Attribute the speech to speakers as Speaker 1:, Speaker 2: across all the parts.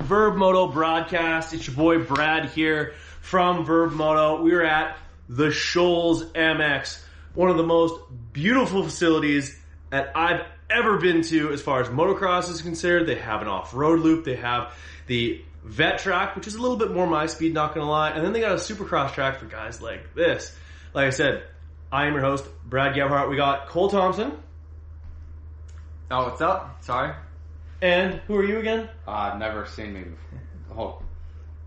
Speaker 1: Verb Moto broadcast. It's your boy Brad here from Verb Moto. We're at the Shoals MX, one of the most beautiful facilities that I've ever been to as far as motocross is concerned. They have an off-road loop. They have the vet track, which is a little bit more my speed, not gonna lie. And then they got a supercross track for guys like this. Like I said, I am your host, Brad Gavhart. We got Cole Thompson.
Speaker 2: Oh, what's up? Sorry.
Speaker 1: And who are you again?
Speaker 2: Uh, I've never seen me before. Oh.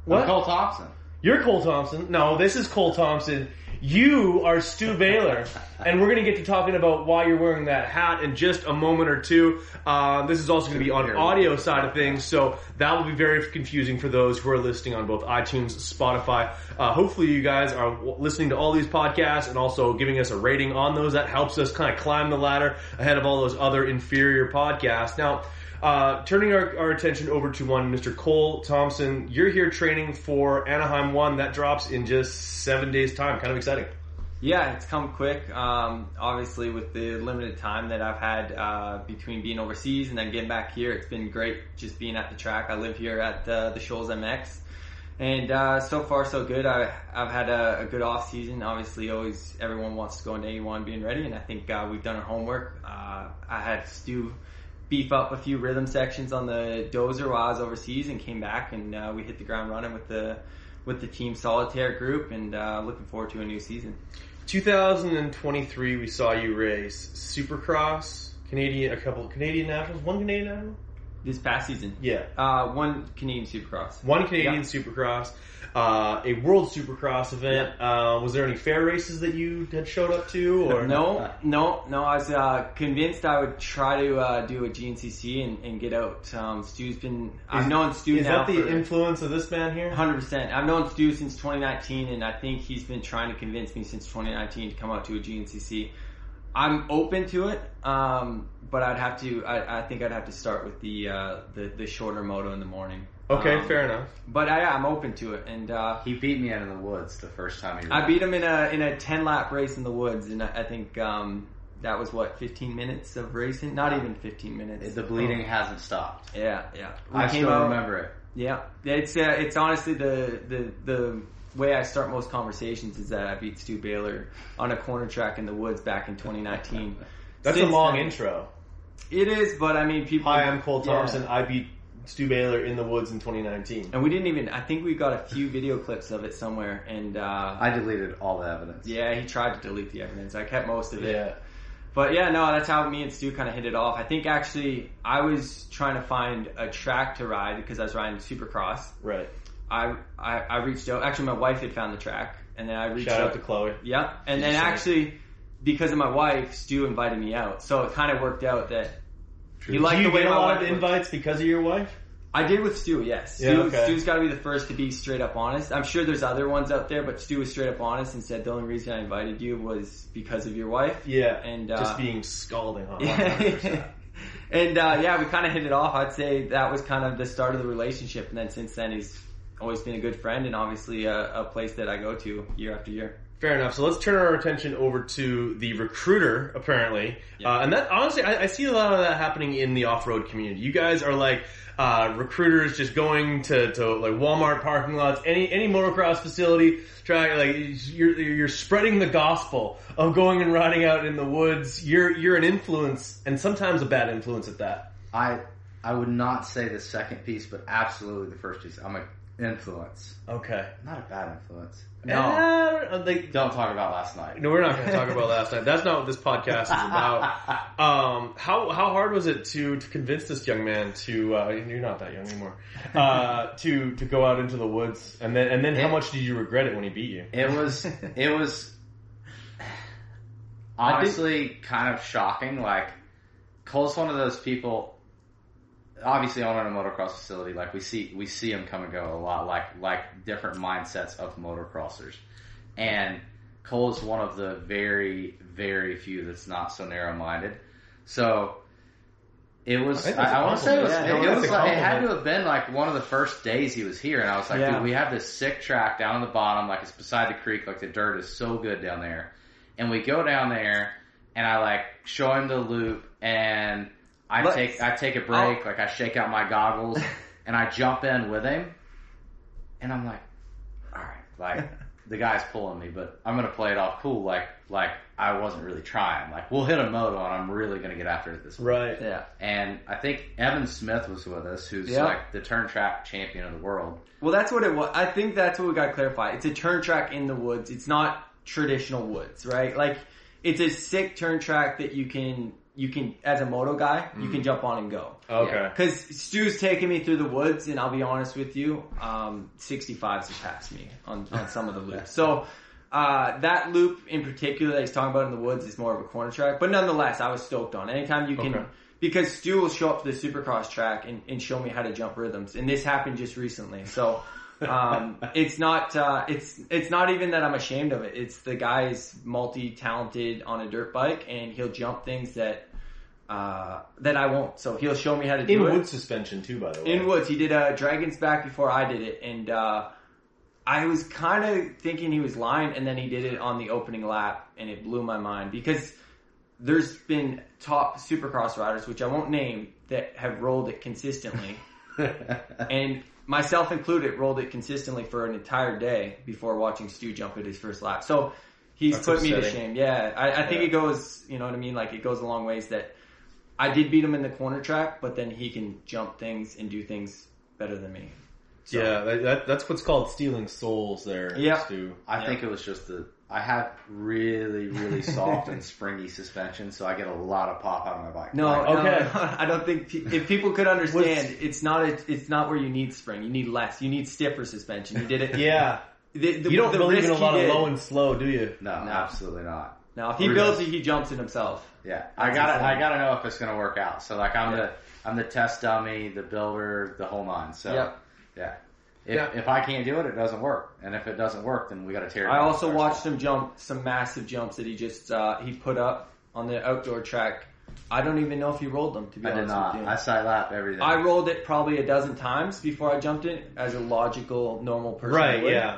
Speaker 1: What?
Speaker 2: I'm Cole Thompson.
Speaker 1: You're Cole Thompson. No, this is Cole Thompson. You are Stu Baylor, and we're going to get to talking about why you're wearing that hat in just a moment or two. Uh, this is also going to be on audio side of things, so that will be very confusing for those who are listening on both iTunes, Spotify. Uh, hopefully, you guys are w- listening to all these podcasts and also giving us a rating on those. That helps us kind of climb the ladder ahead of all those other inferior podcasts. Now, uh, turning our, our attention over to one, Mr. Cole Thompson. You're here training for Anaheim 1. That drops in just seven days' time. Kind of exciting.
Speaker 3: Yeah, it's come quick. Um, obviously, with the limited time that I've had uh, between being overseas and then getting back here, it's been great just being at the track. I live here at uh, the Shoals MX, and uh, so far so good. I, I've had a, a good off season. Obviously, always everyone wants to go into A1 being ready, and I think uh, we've done our homework. Uh, I had Stu beef up a few rhythm sections on the dozer while I was overseas, and came back and uh, we hit the ground running with the with the team solitaire group, and uh, looking forward to a new season.
Speaker 1: 2023, we saw you race Supercross, Canadian, a couple of Canadian Nationals, one Canadian National?
Speaker 3: This past season,
Speaker 1: Yeah.
Speaker 3: uh, one Canadian Supercross.
Speaker 1: One Canadian
Speaker 3: Yeah.
Speaker 1: Supercross, uh, a World Supercross event. Uh, was there any fair races that you had showed up to? Or Uh,
Speaker 3: No, no, no. I was uh, convinced I would try to uh, do a GNCC and, and get out. Um, Stu's been. I've known Stu
Speaker 1: Is
Speaker 3: now
Speaker 1: that the
Speaker 3: for
Speaker 1: influence of this man here?
Speaker 3: 100%. I've known Stu since 2019, and I think he's been trying to convince me since 2019 to come out to a GNCC. I'm open to it, um, but I'd have to. I, I think I'd have to start with the uh, the, the shorter moto in the morning.
Speaker 1: Okay,
Speaker 3: Um,
Speaker 1: fair enough.
Speaker 3: But I, I'm open to it, and uh,
Speaker 2: He beat me out of the woods the first time he.
Speaker 3: I beat him in a in a ten lap race in the woods, and I I think um, that was what fifteen minutes of racing. Not even fifteen minutes. Oh.
Speaker 2: The bleeding hasn't stopped.
Speaker 3: Yeah, yeah. We
Speaker 2: I
Speaker 3: came
Speaker 2: still
Speaker 3: out-
Speaker 2: remember it.
Speaker 3: Yeah, it's uh, it's honestly the the the way I start most conversations is that I beat Stu Baylor on a corner track in the woods back in 2019.
Speaker 1: That's
Speaker 3: Since
Speaker 1: a long
Speaker 3: then-
Speaker 1: intro.
Speaker 3: It is, but I mean, people.
Speaker 1: Hi, I'm Cole
Speaker 3: Yeah.
Speaker 1: Thompson. I beat Stu Baylor in the woods in 2019.
Speaker 3: And we didn't even. I think we got a few video clips of it somewhere, and uh,
Speaker 2: I deleted all the evidence.
Speaker 3: yeah, he tried to delete the evidence. I kept most of it.
Speaker 1: Yeah.
Speaker 3: But yeah, no, that's how me and Stu kind of hit it off. I think actually I was trying to find a track to ride because I was riding Supercross.
Speaker 1: Right.
Speaker 3: I I, I reached out. Actually, my wife had found the track, and then I reached
Speaker 1: Shout
Speaker 3: out.
Speaker 1: out to Chloe.
Speaker 3: yeah, and then
Speaker 2: Did you see it?
Speaker 3: actually because of my wife, Stu invited me out, so it kind of worked out that he liked
Speaker 1: Do you
Speaker 3: the way
Speaker 1: get a
Speaker 3: my
Speaker 1: lot
Speaker 3: wife
Speaker 1: of
Speaker 3: looked.
Speaker 1: invites because of your wife?
Speaker 3: I did with Stu, yes.
Speaker 1: Yeah,
Speaker 3: Stu,
Speaker 1: okay.
Speaker 3: Stu's got to be the first to be straight up honest. I'm sure there's other ones out there, but Stu was straight up honest and said the only reason I invited you was because of your wife.
Speaker 1: Yeah.
Speaker 3: And, uh,
Speaker 1: just being scalding hot.
Speaker 3: and uh, yeah, we kind of hit it off. I'd say that was kind of the start of the relationship, and then since then he's always been a good friend and obviously a, a place that I go to year after year.
Speaker 1: Fair enough. So let's turn our attention over to the recruiter, apparently.
Speaker 3: Yeah.
Speaker 1: Uh, and that, honestly, I, I see a lot of that happening in the off road community. You guys are like, uh, recruiters just going to, to like Walmart parking lots, any, any motocross facility, trying, like, you're, you're spreading the gospel of going and riding out in the woods. You're, you're an influence and sometimes a bad influence at that.
Speaker 2: I I would not say the second piece, but absolutely the first piece. I'm an influence,
Speaker 1: Okay.
Speaker 2: not a bad influence.
Speaker 1: No.
Speaker 2: Don't talk about last night.
Speaker 1: no, we're not going to talk about last night. That's not what this podcast is about. Um, how how hard was it to, to convince this young man to uh, you're not that young anymore uh, to to go out into the woods and then and then how much did you regret it when he beat you?
Speaker 2: It was it was honestly kind of shocking. Like Cole's one of those people. Obviously, owning a motocross facility, like we see we see him come and go a lot. Like like different mindsets of motocrossers, and Cole is one of the very very few that's not so narrow minded. So. It was.
Speaker 1: I
Speaker 2: I,
Speaker 1: think that's a
Speaker 2: I want to say it was.
Speaker 3: compliment. Yeah,
Speaker 2: it, it
Speaker 1: no, that's
Speaker 2: was
Speaker 1: a
Speaker 2: like, it had to
Speaker 1: compliment.
Speaker 2: have been like one of the first days he was here, and I was like,
Speaker 3: Yeah.
Speaker 2: dude, we have this sick track down on the bottom, like it's beside the creek, like the dirt is so good down there. And we go down there, and I like show him the loop, and I
Speaker 3: Let's-
Speaker 2: take I take a break, like I shake out my goggles, and I jump in with him, and I'm like, all right, like the guy's pulling me, but I'm gonna play it off cool, like like I wasn't really trying. Like we'll hit a moto, and I'm really gonna get after it this week.
Speaker 4: Right.
Speaker 3: Yeah.
Speaker 2: And I think Evan Smith was with us, who's
Speaker 3: Yeah.
Speaker 2: like the turn track champion of the world.
Speaker 3: Well, that's what it was. I think that's what we got to clarify. It's a turn track in the woods. It's not traditional woods, right? Like it's a sick turn track that you can you can as a moto guy you can jump on and go.
Speaker 4: Okay.
Speaker 2: Yeah.
Speaker 3: Because Stu's taking me through the woods, and I'll be honest with you, um, 65s have passed me on, on some of the loops. So uh, that loop in particular that he's talking about in the woods is more of a corner track, but nonetheless, I was stoked on. Anytime you can,
Speaker 4: Okay.
Speaker 3: because Stu will show up to the supercross track and, and show me how to jump rhythms, and this happened just recently. So um, it's not uh, it's it's not even that I'm ashamed of it. It's the guy's multi talented on a dirt bike, and he'll jump things that. Uh, that I won't. So he'll show me how to do
Speaker 4: In
Speaker 3: it.
Speaker 4: wood suspension too, by the way.
Speaker 3: In Woods, he did uh, Dragon's Back before I did it, and uh, I was kind of thinking he was lying, and then he did it on the opening lap, and it blew my mind because there's been top Supercross riders, which I won't name, that have rolled it consistently, and myself included, rolled it consistently for an entire day before watching Stu jump at his first lap. So he's
Speaker 4: That's
Speaker 3: put me to
Speaker 4: upsetting.
Speaker 3: shame. Yeah, I, I think
Speaker 4: Yeah.
Speaker 3: it goes, you know what I mean? Like it goes a long ways that I did beat him in the corner track, but then he can jump things and do things better than me. So-
Speaker 4: Yeah, that, that, that's what's called stealing souls there,
Speaker 3: Yeah.
Speaker 4: Stu.
Speaker 2: I
Speaker 3: Yeah.
Speaker 2: think it was just the I have really really soft and springy suspension, so I get a lot of pop out of my bike.
Speaker 3: No,
Speaker 2: Like,
Speaker 3: no,
Speaker 4: Okay.
Speaker 3: I don't think pe- if people could understand, it's not a, it's not where you need spring. You need less. You need stiffer suspension. You did it.
Speaker 4: Yeah.
Speaker 3: The- the-
Speaker 4: You don't
Speaker 3: the
Speaker 4: believe
Speaker 3: risk
Speaker 4: in a
Speaker 3: he
Speaker 4: lot of
Speaker 3: did-
Speaker 4: low and slow, do you?
Speaker 2: no,
Speaker 3: No.
Speaker 2: absolutely not.
Speaker 3: No, if he builds it, he jumps in himself.
Speaker 2: Yeah, I
Speaker 3: That's
Speaker 2: gotta
Speaker 3: insane.
Speaker 2: I gotta know if it's gonna work out. So like I'm
Speaker 3: Yeah.
Speaker 2: the I'm the test dummy, the builder, the whole nine. So
Speaker 3: Yep.
Speaker 2: yeah. If,
Speaker 4: Yeah.
Speaker 2: if I can't do it, it doesn't work. And if it doesn't work, then we got to tear. it
Speaker 3: I
Speaker 2: down
Speaker 3: also
Speaker 2: first.
Speaker 3: watched him jump some massive jumps that he just uh, he put up on the outdoor track. I don't even know if he rolled them. To be
Speaker 2: I did
Speaker 3: honest
Speaker 2: not.
Speaker 3: with you,
Speaker 2: I side lap everything.
Speaker 3: I rolled it probably a dozen times before I jumped it, as a logical, normal person.
Speaker 4: Right,
Speaker 3: would.
Speaker 4: yeah.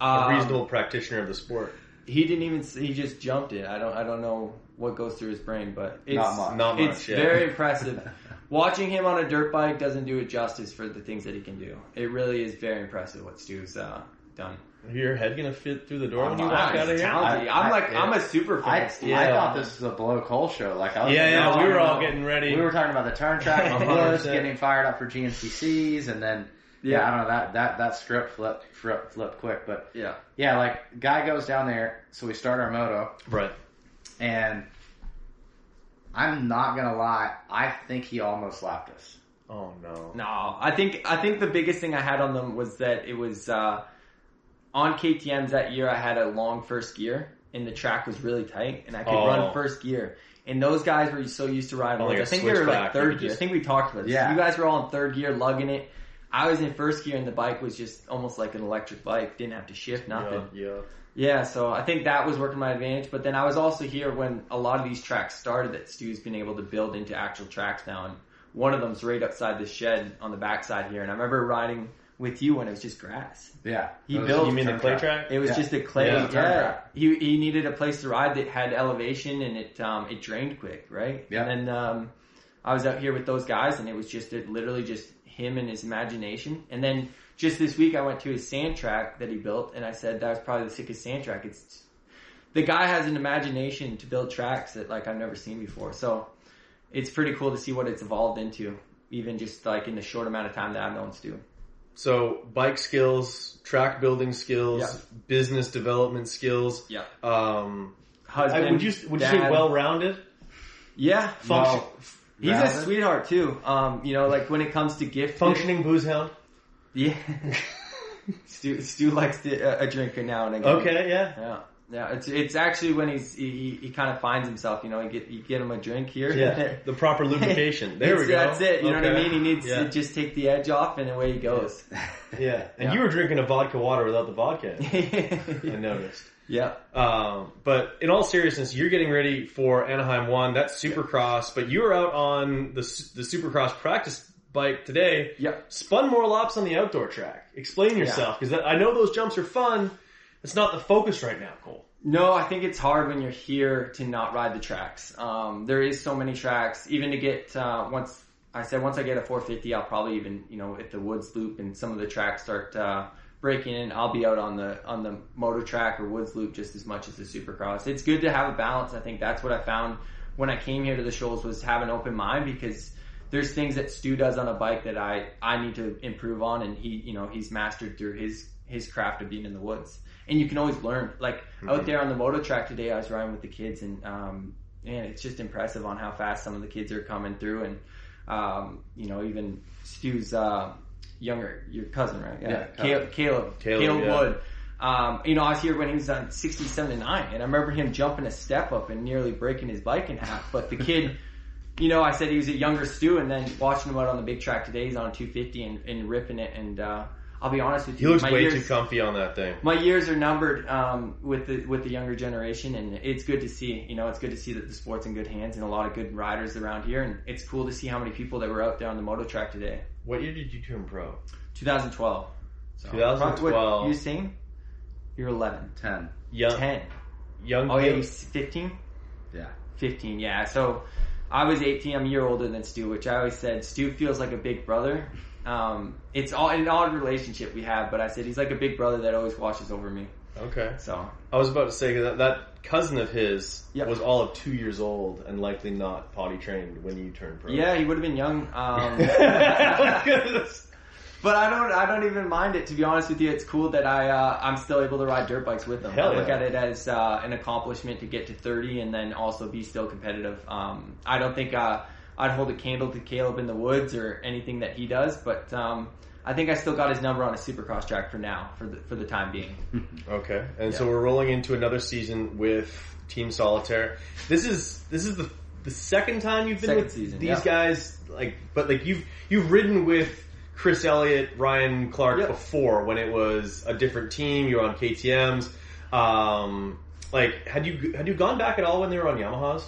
Speaker 4: A
Speaker 3: Um,
Speaker 4: reasonable practitioner of the sport.
Speaker 3: He didn't even. s- He just jumped it. I don't. I don't know what goes through his brain, but it's
Speaker 2: much.
Speaker 4: Not much,
Speaker 3: it's
Speaker 4: yeah.
Speaker 3: very impressive. Watching him on a dirt bike doesn't do it justice for the things that he can do. It really is very impressive what Stu's uh, done.
Speaker 4: Your head gonna fit through the door when you
Speaker 2: I'm
Speaker 4: walk
Speaker 2: not.
Speaker 4: out of
Speaker 3: He's
Speaker 4: here?
Speaker 3: talented.
Speaker 2: I-
Speaker 3: I'm
Speaker 2: I-
Speaker 3: like
Speaker 2: yeah.
Speaker 3: I'm a super fan.
Speaker 2: I,
Speaker 3: of Stu.
Speaker 2: I
Speaker 4: Yeah.
Speaker 2: thought this was a blow Cole show. Like I
Speaker 4: Yeah,
Speaker 2: was
Speaker 4: yeah. we were all
Speaker 2: getting.
Speaker 4: getting ready.
Speaker 2: We were talking about the turn track in the woods,
Speaker 4: 100%.
Speaker 2: getting fired up for GNCCs, and then yeah,
Speaker 3: Yeah.
Speaker 2: I don't know that that that script flipped flipped, flipped quick, but
Speaker 3: yeah.
Speaker 2: yeah, like guy goes down there, so we start our moto,
Speaker 4: right.
Speaker 2: and I'm not gonna lie, I think he almost lapped us.
Speaker 4: Oh no.
Speaker 3: No, I think I think the biggest thing I had on them was that it was uh, on KTM's that year. I had a long first gear, and the track was really tight, and I could
Speaker 4: Oh.
Speaker 3: run first gear. And those guys were so used to riding.
Speaker 4: Oh,
Speaker 3: wheels.
Speaker 4: like
Speaker 3: I
Speaker 4: a
Speaker 3: think they were like
Speaker 4: switchback, you
Speaker 3: third
Speaker 4: could
Speaker 3: gear. I
Speaker 4: just-
Speaker 3: think we talked about this.
Speaker 2: Yeah.
Speaker 3: You guys were all in third gear, lugging it. I was in first gear, and the bike was just almost like an electric bike. Didn't have to shift nothing.
Speaker 4: Yeah. yeah.
Speaker 3: Yeah, so I think that was working my advantage. But then I was also here when a lot of these tracks started that Stu's been able to build into actual tracks now. And one of them's right outside the shed on the backside here. And I remember riding with you when it was just grass.
Speaker 2: Yeah,
Speaker 3: He
Speaker 2: It was
Speaker 3: built-
Speaker 2: a
Speaker 4: You mean the
Speaker 2: turn
Speaker 4: clay track?
Speaker 3: It was
Speaker 2: Yeah.
Speaker 3: just a clay.
Speaker 4: Yeah,
Speaker 3: Yeah,
Speaker 2: turn track.
Speaker 3: He he needed a place to ride that had elevation and it um it drained quick, right?
Speaker 2: Yeah.
Speaker 3: And then um, I was out here with those guys and it was just it literally just him and his imagination. And then just this week I went to his sand track that he built and I said that was probably the sickest sand track. It's the guy has an imagination to build tracks that like I've never seen before. So it's pretty cool to see what it's evolved into, even just like in the short amount of time that I've known Stu.
Speaker 4: So bike skills, track building skills,
Speaker 3: Yeah.
Speaker 4: business development skills.
Speaker 3: Yeah.
Speaker 4: Um,
Speaker 3: Husband,
Speaker 4: I, would you would you say
Speaker 3: dad.
Speaker 4: well rounded?
Speaker 3: Yeah,
Speaker 4: Function,
Speaker 3: He's a
Speaker 2: Rather-
Speaker 3: sweetheart too. Um, you know, like when it comes to gift
Speaker 4: functioning booze hound.
Speaker 3: Yeah. Stu, Stu likes to, uh, a, a drinker now and again.
Speaker 4: Okay, yeah.
Speaker 3: Yeah. Yeah. It's it's actually when he's he, he, he kind of finds himself. You know, you get you get him a drink here.
Speaker 4: Yeah, the proper lubrication. There we
Speaker 3: It's-
Speaker 4: go.
Speaker 3: That's it. You know what I
Speaker 4: Okay.
Speaker 3: mean? He needs
Speaker 4: Yeah.
Speaker 3: to just take the edge off, and away he goes.
Speaker 4: Yeah, and
Speaker 3: Yeah.
Speaker 4: you were drinking a vodka water without the vodka. in it, I
Speaker 3: Yeah.
Speaker 4: noticed. Um, but in all seriousness, you're getting ready for Anaheim One. That's Supercross, but you were out on the s- the Supercross practice bike today.
Speaker 3: Yeah.
Speaker 4: Spun more laps on the outdoor track. Explain yourself, because I know those jumps are fun. It's not the focus right now, Cole.
Speaker 3: No, I think it's hard when you're here to not ride the tracks. Um, there is so many tracks, even to get uh, once I said once I get a 450, I'll probably even you know if the woods loop and some of the tracks start uh, breaking in, I'll be out on the on the motor track or woods loop just as much as the supercross. It's good to have a balance. I think that's what I found when I came here to the shoals was have an open mind because there's things that Stu does on a bike that I I need to improve on, and he you know he's mastered through his his craft of being in the woods. And you can always learn. Like
Speaker 1: Mm-hmm.
Speaker 3: out there on the moto track today, I was riding with the kids, and um, man, it's just impressive on how fast some of the kids are coming through, and um, you know even Stu's uh, younger your cousin, right?
Speaker 2: Yeah, cousin.
Speaker 3: Caleb. Caleb,
Speaker 1: Caleb,
Speaker 3: Caleb,
Speaker 1: yeah.
Speaker 3: Wood. Um, you know, I was here when he was on 67 to 9, and I remember him jumping a step up and nearly breaking his bike in half. But the kid, you know, I said he was a younger Stu, and then watching him out on the big track today, he's on 250 and, and ripping it. And uh, I'll be honest with
Speaker 1: He
Speaker 3: you,
Speaker 1: looks
Speaker 3: my
Speaker 1: way
Speaker 3: years,
Speaker 1: too comfy on that thing.
Speaker 3: my years are numbered um, with the with the younger generation, and it's good to see. You know, it's good to see that the sport's in good hands and a lot of good riders around here, and it's cool to see how many people that were out there on the moto track today.
Speaker 1: What year did you turn pro?
Speaker 3: 2012. So,
Speaker 1: 2012.
Speaker 3: Oh, What, you saying? You're 11.
Speaker 2: Ten.
Speaker 1: Young,
Speaker 3: 10.
Speaker 1: young.
Speaker 3: Oh yeah,
Speaker 1: kid.
Speaker 3: you 15.
Speaker 2: Yeah.
Speaker 3: 15, yeah. So I was 18. I'm a year older than Stu, which I always said Stu feels like a big brother. Um, it's all an odd relationship we have, but I said he's like a big brother that always watches over me.
Speaker 1: Okay.
Speaker 3: So
Speaker 1: I was about to say that that cousin of his
Speaker 3: Yep.
Speaker 1: was all of two years old and likely not potty trained when you turned pro.
Speaker 3: yeah, he would have been young. Um,
Speaker 1: yeah,
Speaker 3: but I don't, I don't even mind it. To be honest with you, it's cool that I, uh, I'm still able to ride dirt bikes with him.
Speaker 1: Hell
Speaker 3: I look
Speaker 1: yeah.
Speaker 3: at it as uh, an accomplishment to get to 30 and then also be still competitive. Um, I don't think uh, I'd hold a candle to Caleb in the woods or anything that he does, but um, I think I still got his number on a supercross track for now, for the for the time being.
Speaker 1: Okay, and so we're rolling into another season with Team Solitaire. This is this is the the second time you've been
Speaker 3: Second
Speaker 1: with
Speaker 3: season,
Speaker 1: these
Speaker 3: yeah.
Speaker 1: guys. Like, but like you've you've ridden with Chris Elliott, Ryan Clark
Speaker 3: Yep.
Speaker 1: before when it was a different team. You were on KTM's. Um, like, had you had you gone back at all when they were on Yamahas?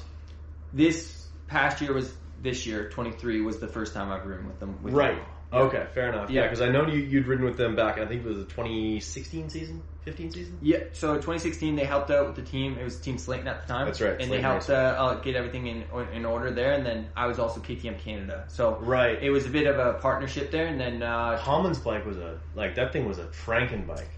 Speaker 3: This past year was this year 23 was the first time I've ridden with them. With
Speaker 1: Right.
Speaker 3: him.
Speaker 1: Okay, fair enough. Yeah,
Speaker 3: Yeah.
Speaker 1: because I know you you'd ridden with them back. I think it was the 2016 season, 15 season.
Speaker 3: Yeah, so 2016 they helped out with the team. It was Team Slayton at the time.
Speaker 1: That's right,
Speaker 3: and
Speaker 1: Slayton
Speaker 3: they helped uh, uh, get everything in in order there. And then I was also KTM Canada, so
Speaker 1: Right.
Speaker 3: it was a bit of a partnership there. And then uh,
Speaker 1: Holman's bike was a like that thing was a Franken bike.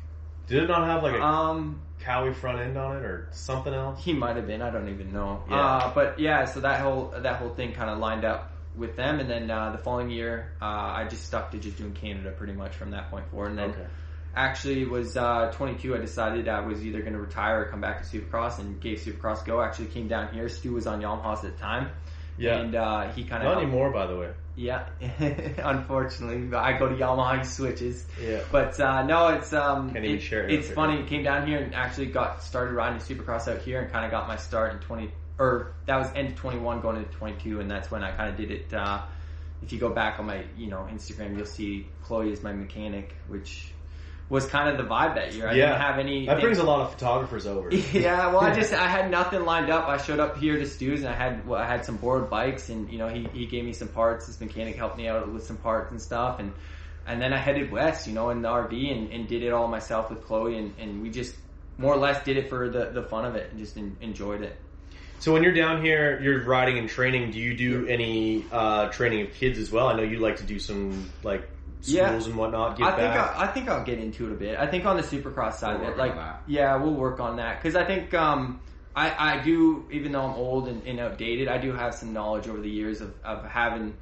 Speaker 1: Did it not have like a
Speaker 3: um,
Speaker 1: Cowie front end on it or something else?
Speaker 3: he might have been, I don't even know.
Speaker 1: Yeah.
Speaker 3: Uh, but yeah, so that whole that whole thing kind of lined up with them. And then uh, the following year, uh, I just stuck to just doing Canada pretty much from that point forward. And then
Speaker 1: Okay.
Speaker 3: actually it was uh, 22 i decided i was either going to retire or come back to supercross and gave supercross a go actually came down here stu was on yamahas at the time
Speaker 1: Yeah.
Speaker 3: and uh, he kind
Speaker 1: Not
Speaker 3: of
Speaker 1: anymore, by the way.
Speaker 3: yeah unfortunately but i go to yamaha he switches
Speaker 1: Yeah.
Speaker 3: but uh, no it's um
Speaker 1: Can't even
Speaker 3: it-
Speaker 1: share it.
Speaker 3: it's funny came down here and actually got started riding supercross out here and kind of got my start in 20 or that was end of 21 going into 22 and that's when i kind of did it uh, if you go back on my you know instagram you'll see chloe is my mechanic which was kind of the vibe that year i
Speaker 1: Yeah.
Speaker 3: didn't have any
Speaker 1: That brings a lot of photographers over.
Speaker 3: yeah, well, I just I had nothing lined up. I showed up here to Stu's and I had well, I had some borrowed bikes, and you know he he gave me some parts. His mechanic helped me out with some parts and stuff, and and then I headed west, you know, in the RV and, and did it all myself with Chloe, and and we just more or less did it for the the fun of it and just en- enjoyed it.
Speaker 1: So when you're down here, you're riding and training. Do you do any uh, training of kids as well? I know you like to do some like schools
Speaker 3: Yeah.
Speaker 1: and whatnot. Get
Speaker 3: I think
Speaker 1: back.
Speaker 3: I, I think I'll get into it a bit. I think on the supercross side
Speaker 2: We'll
Speaker 3: of it,
Speaker 2: work
Speaker 3: like
Speaker 2: on that.
Speaker 3: yeah, we'll work on that because I think um, I I do even though I'm old and, and outdated, I do have some knowledge over the years of of having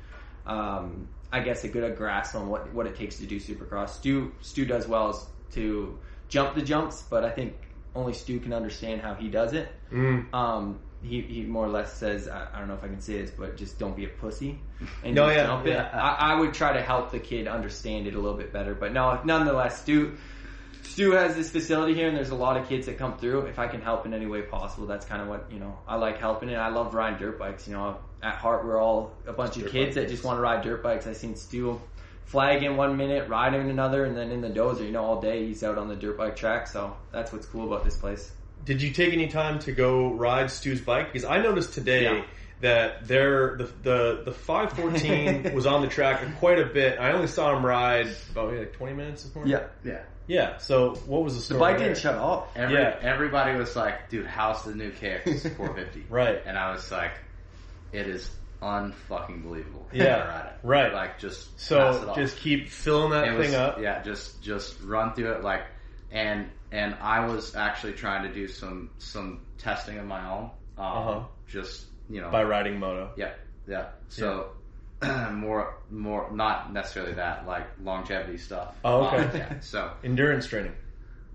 Speaker 3: um, I guess a good grasp on what what it takes to do supercross. Stu Stu does well is to jump the jumps, but I think only Stu can understand how he does it.
Speaker 1: Mm.
Speaker 3: Um, he, he more or less says, I, I don't know if I can say this, but just don't be a pussy. And
Speaker 1: No,
Speaker 3: just
Speaker 1: yeah,
Speaker 3: jump it.
Speaker 2: yeah.
Speaker 3: I, I would try to help the kid understand it a little bit better. But no, nonetheless, Stu, Stu has this facility here and there's a lot of kids that come through. If I can help in any way possible, that's kind of what, you know, I like helping and I love riding dirt bikes. You know, at heart, we're all a bunch of
Speaker 1: Dirt
Speaker 3: kids that
Speaker 1: bikes.
Speaker 3: just want to ride dirt bikes. I seen Stu flag in one minute, ride in another, and then in the dozer, you know, all day he's out on the dirt bike track. So that's what's cool about this place.
Speaker 1: Did you take any time to go ride Stu's bike? Because I noticed today
Speaker 3: Yeah.
Speaker 1: that there the the the 514 was on the track quite a bit. I only saw him ride about maybe, like 20 minutes this morning.
Speaker 2: Yeah.
Speaker 1: yeah. So what was the
Speaker 3: The
Speaker 1: story?
Speaker 3: bike
Speaker 1: there?
Speaker 3: didn't shut off.
Speaker 2: Every,
Speaker 1: Yeah.
Speaker 2: Everybody was like, dude, how's the new KX 450?
Speaker 1: Right.
Speaker 2: And I was like, it is unfucking believable.
Speaker 1: Yeah,
Speaker 2: They're at it.
Speaker 1: right.
Speaker 2: Like just pass it
Speaker 1: So
Speaker 2: off.
Speaker 1: just keep filling that
Speaker 2: It
Speaker 1: thing
Speaker 2: was-
Speaker 1: up.
Speaker 2: Yeah, just just run through it like, and and I was actually trying to do some some testing of my own. Um,
Speaker 1: Uh-huh.
Speaker 2: Just you know,
Speaker 1: by riding moto.
Speaker 2: yeah, yeah. So more more not necessarily that like longevity stuff.
Speaker 1: Oh, okay.
Speaker 2: Um, yeah. So
Speaker 1: Endurance training.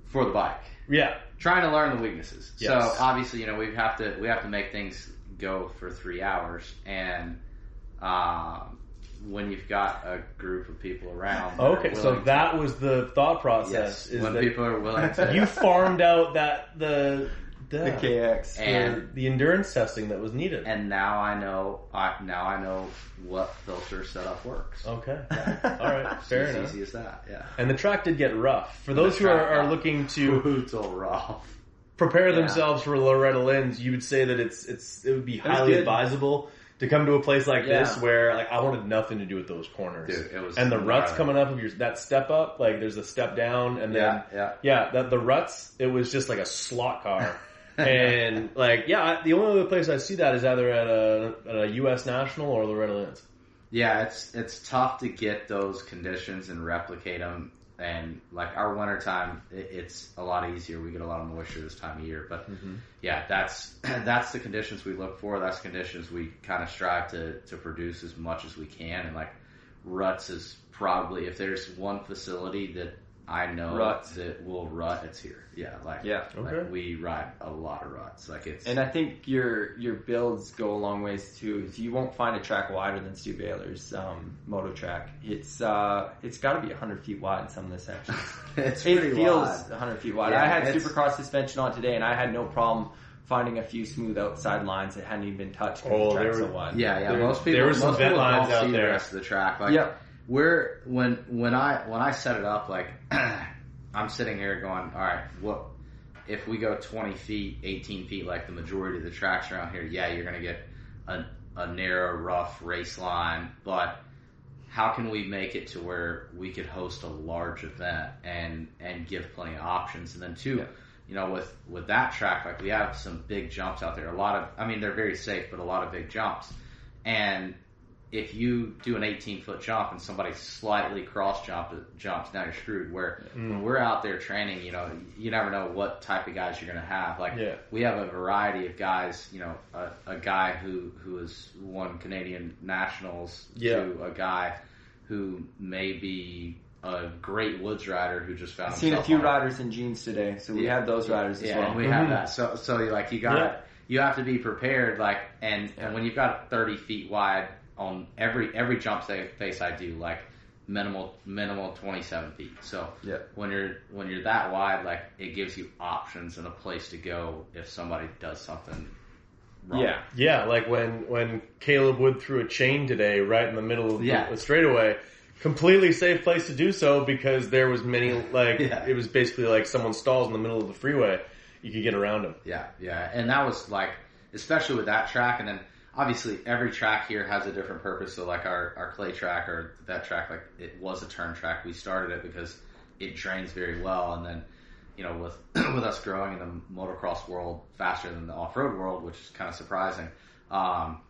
Speaker 2: for the bike,
Speaker 1: Yeah.
Speaker 2: trying to learn the weaknesses.
Speaker 1: Yes.
Speaker 2: So obviously, you know, we have to we have to make things go for three hours, and um, when you've got a group of people around, that are
Speaker 1: Okay. So
Speaker 2: willing to-
Speaker 1: that was the thought
Speaker 2: yes,
Speaker 1: process is
Speaker 2: when
Speaker 1: that
Speaker 2: people are willing to
Speaker 1: you farmed out that the the,
Speaker 3: The KX.
Speaker 2: and
Speaker 1: the endurance testing that was needed.
Speaker 2: and now I know I now I know what filter setup works.
Speaker 1: okay. All right.
Speaker 2: It's
Speaker 1: Oh, Fair
Speaker 2: as
Speaker 1: enough.
Speaker 2: easy as that. Yeah.
Speaker 1: And the track did get rough. For
Speaker 2: The
Speaker 1: those who are,
Speaker 2: track
Speaker 1: are
Speaker 2: got
Speaker 1: looking to
Speaker 2: Brutal raw.
Speaker 1: prepare
Speaker 2: Yeah.
Speaker 1: themselves for Loretta Lynn's, you would say that it's it's it would be
Speaker 3: was
Speaker 1: highly
Speaker 3: good.
Speaker 1: advisable to come to a place like
Speaker 3: Yeah.
Speaker 1: this where like I wanted nothing to do with those corners.
Speaker 2: Dude, it was
Speaker 1: and the ruts
Speaker 2: gnarly.
Speaker 1: coming up of your that step up, like there's a step down and then
Speaker 2: Yeah, yeah.
Speaker 1: Yeah, that the ruts. It was just like a slot car, and like yeah, I- the only other place I see that is either at a, at a U.S. National or Loretta Lynn's.
Speaker 2: Yeah, it's it's tough to get those conditions and replicate them. And like our wintertime, it, it's a lot easier. We get a lot of moisture this time of year. But yeah, that's that's the conditions we look for. That's the conditions we kind of strive to to produce as much as we can. And like ruts is probably if there's one facility that I know
Speaker 3: Ruts.
Speaker 2: that will rut, it's here. Yeah, like
Speaker 3: Yeah.
Speaker 2: like,
Speaker 1: Okay.
Speaker 2: we ride a lot of ruts. Like it's
Speaker 3: And I think your your builds go a long ways too. You won't find a track wider than Stu Baylor's um, moto track. It's uh, it's got to be 100 feet wide in some of the sections.
Speaker 2: it's
Speaker 3: it
Speaker 2: pretty
Speaker 3: feels
Speaker 2: wide.
Speaker 3: 100 feet wide.
Speaker 2: Yeah,
Speaker 3: I had
Speaker 2: it's-
Speaker 3: supercross suspension on today, and I had no problem finding a few smooth outside lines that hadn't even been touched. 'cause
Speaker 1: Oh,
Speaker 3: the track's
Speaker 1: they
Speaker 3: so
Speaker 1: were-
Speaker 3: wide.
Speaker 2: Yeah, yeah.
Speaker 1: There-
Speaker 2: most people,
Speaker 1: there were some
Speaker 2: most
Speaker 1: vet
Speaker 2: people
Speaker 1: lines
Speaker 2: don't
Speaker 1: out
Speaker 2: see
Speaker 1: there.
Speaker 2: the rest of the track. Like,
Speaker 3: Yep.
Speaker 2: we're when when I when I set it up, like I'm sitting here going, all right, what if we go 20 feet, 18 feet, like the majority of the tracks around here? Yeah, you're gonna get a a narrow, rough race line, but how can we make it to where we could host a large event and and give plenty of options? And then two,
Speaker 3: Yeah.
Speaker 2: you know, with with that track, like we have some big jumps out there. A lot of, I mean, they're very safe, but a lot of big jumps. And if you do an 18 foot jump and somebody slightly cross jump, jumps, now you're screwed. Where
Speaker 3: Hmm.
Speaker 2: when we're out there training, you know, you never know what type of guys you're going to have. Like
Speaker 1: Yeah.
Speaker 2: we have a variety of guys. You know, a, a guy who who has won Canadian nationals
Speaker 1: Yeah.
Speaker 2: to a guy who may be a great woods rider who just found
Speaker 3: I've seen a
Speaker 2: himself
Speaker 3: few
Speaker 2: on-
Speaker 3: riders in jeans today, so we
Speaker 2: Yeah.
Speaker 3: had those riders as
Speaker 2: yeah,
Speaker 3: well. Mm-hmm.
Speaker 2: and we
Speaker 1: Mhm.
Speaker 2: have that. So, so like you got
Speaker 1: Yeah.
Speaker 2: you have to be prepared. Like, and and when you've got thirty feet wide on every every jump sa- face I do, like minimal minimal twenty seven feet. So
Speaker 3: Yeah.
Speaker 2: when you're when you're that wide, like it gives you options and a place to go if somebody does something wrong.
Speaker 3: Yeah.
Speaker 1: Yeah, like when when Caleb Wood threw a chain today right in the middle of
Speaker 2: Yeah.
Speaker 1: the straightaway. Completely safe place to do so because there was many like
Speaker 2: Yeah.
Speaker 1: it was basically like someone stalls in the middle of the freeway. You could get around them.
Speaker 2: Yeah, yeah, and that was like, especially with that track, and then obviously every track here has a different purpose. So like our our clay track or that track, like it was a turn track. We started it because it drains very well, and then you know with with us growing in the motocross world faster than the off road world, which is kind of surprising. Um,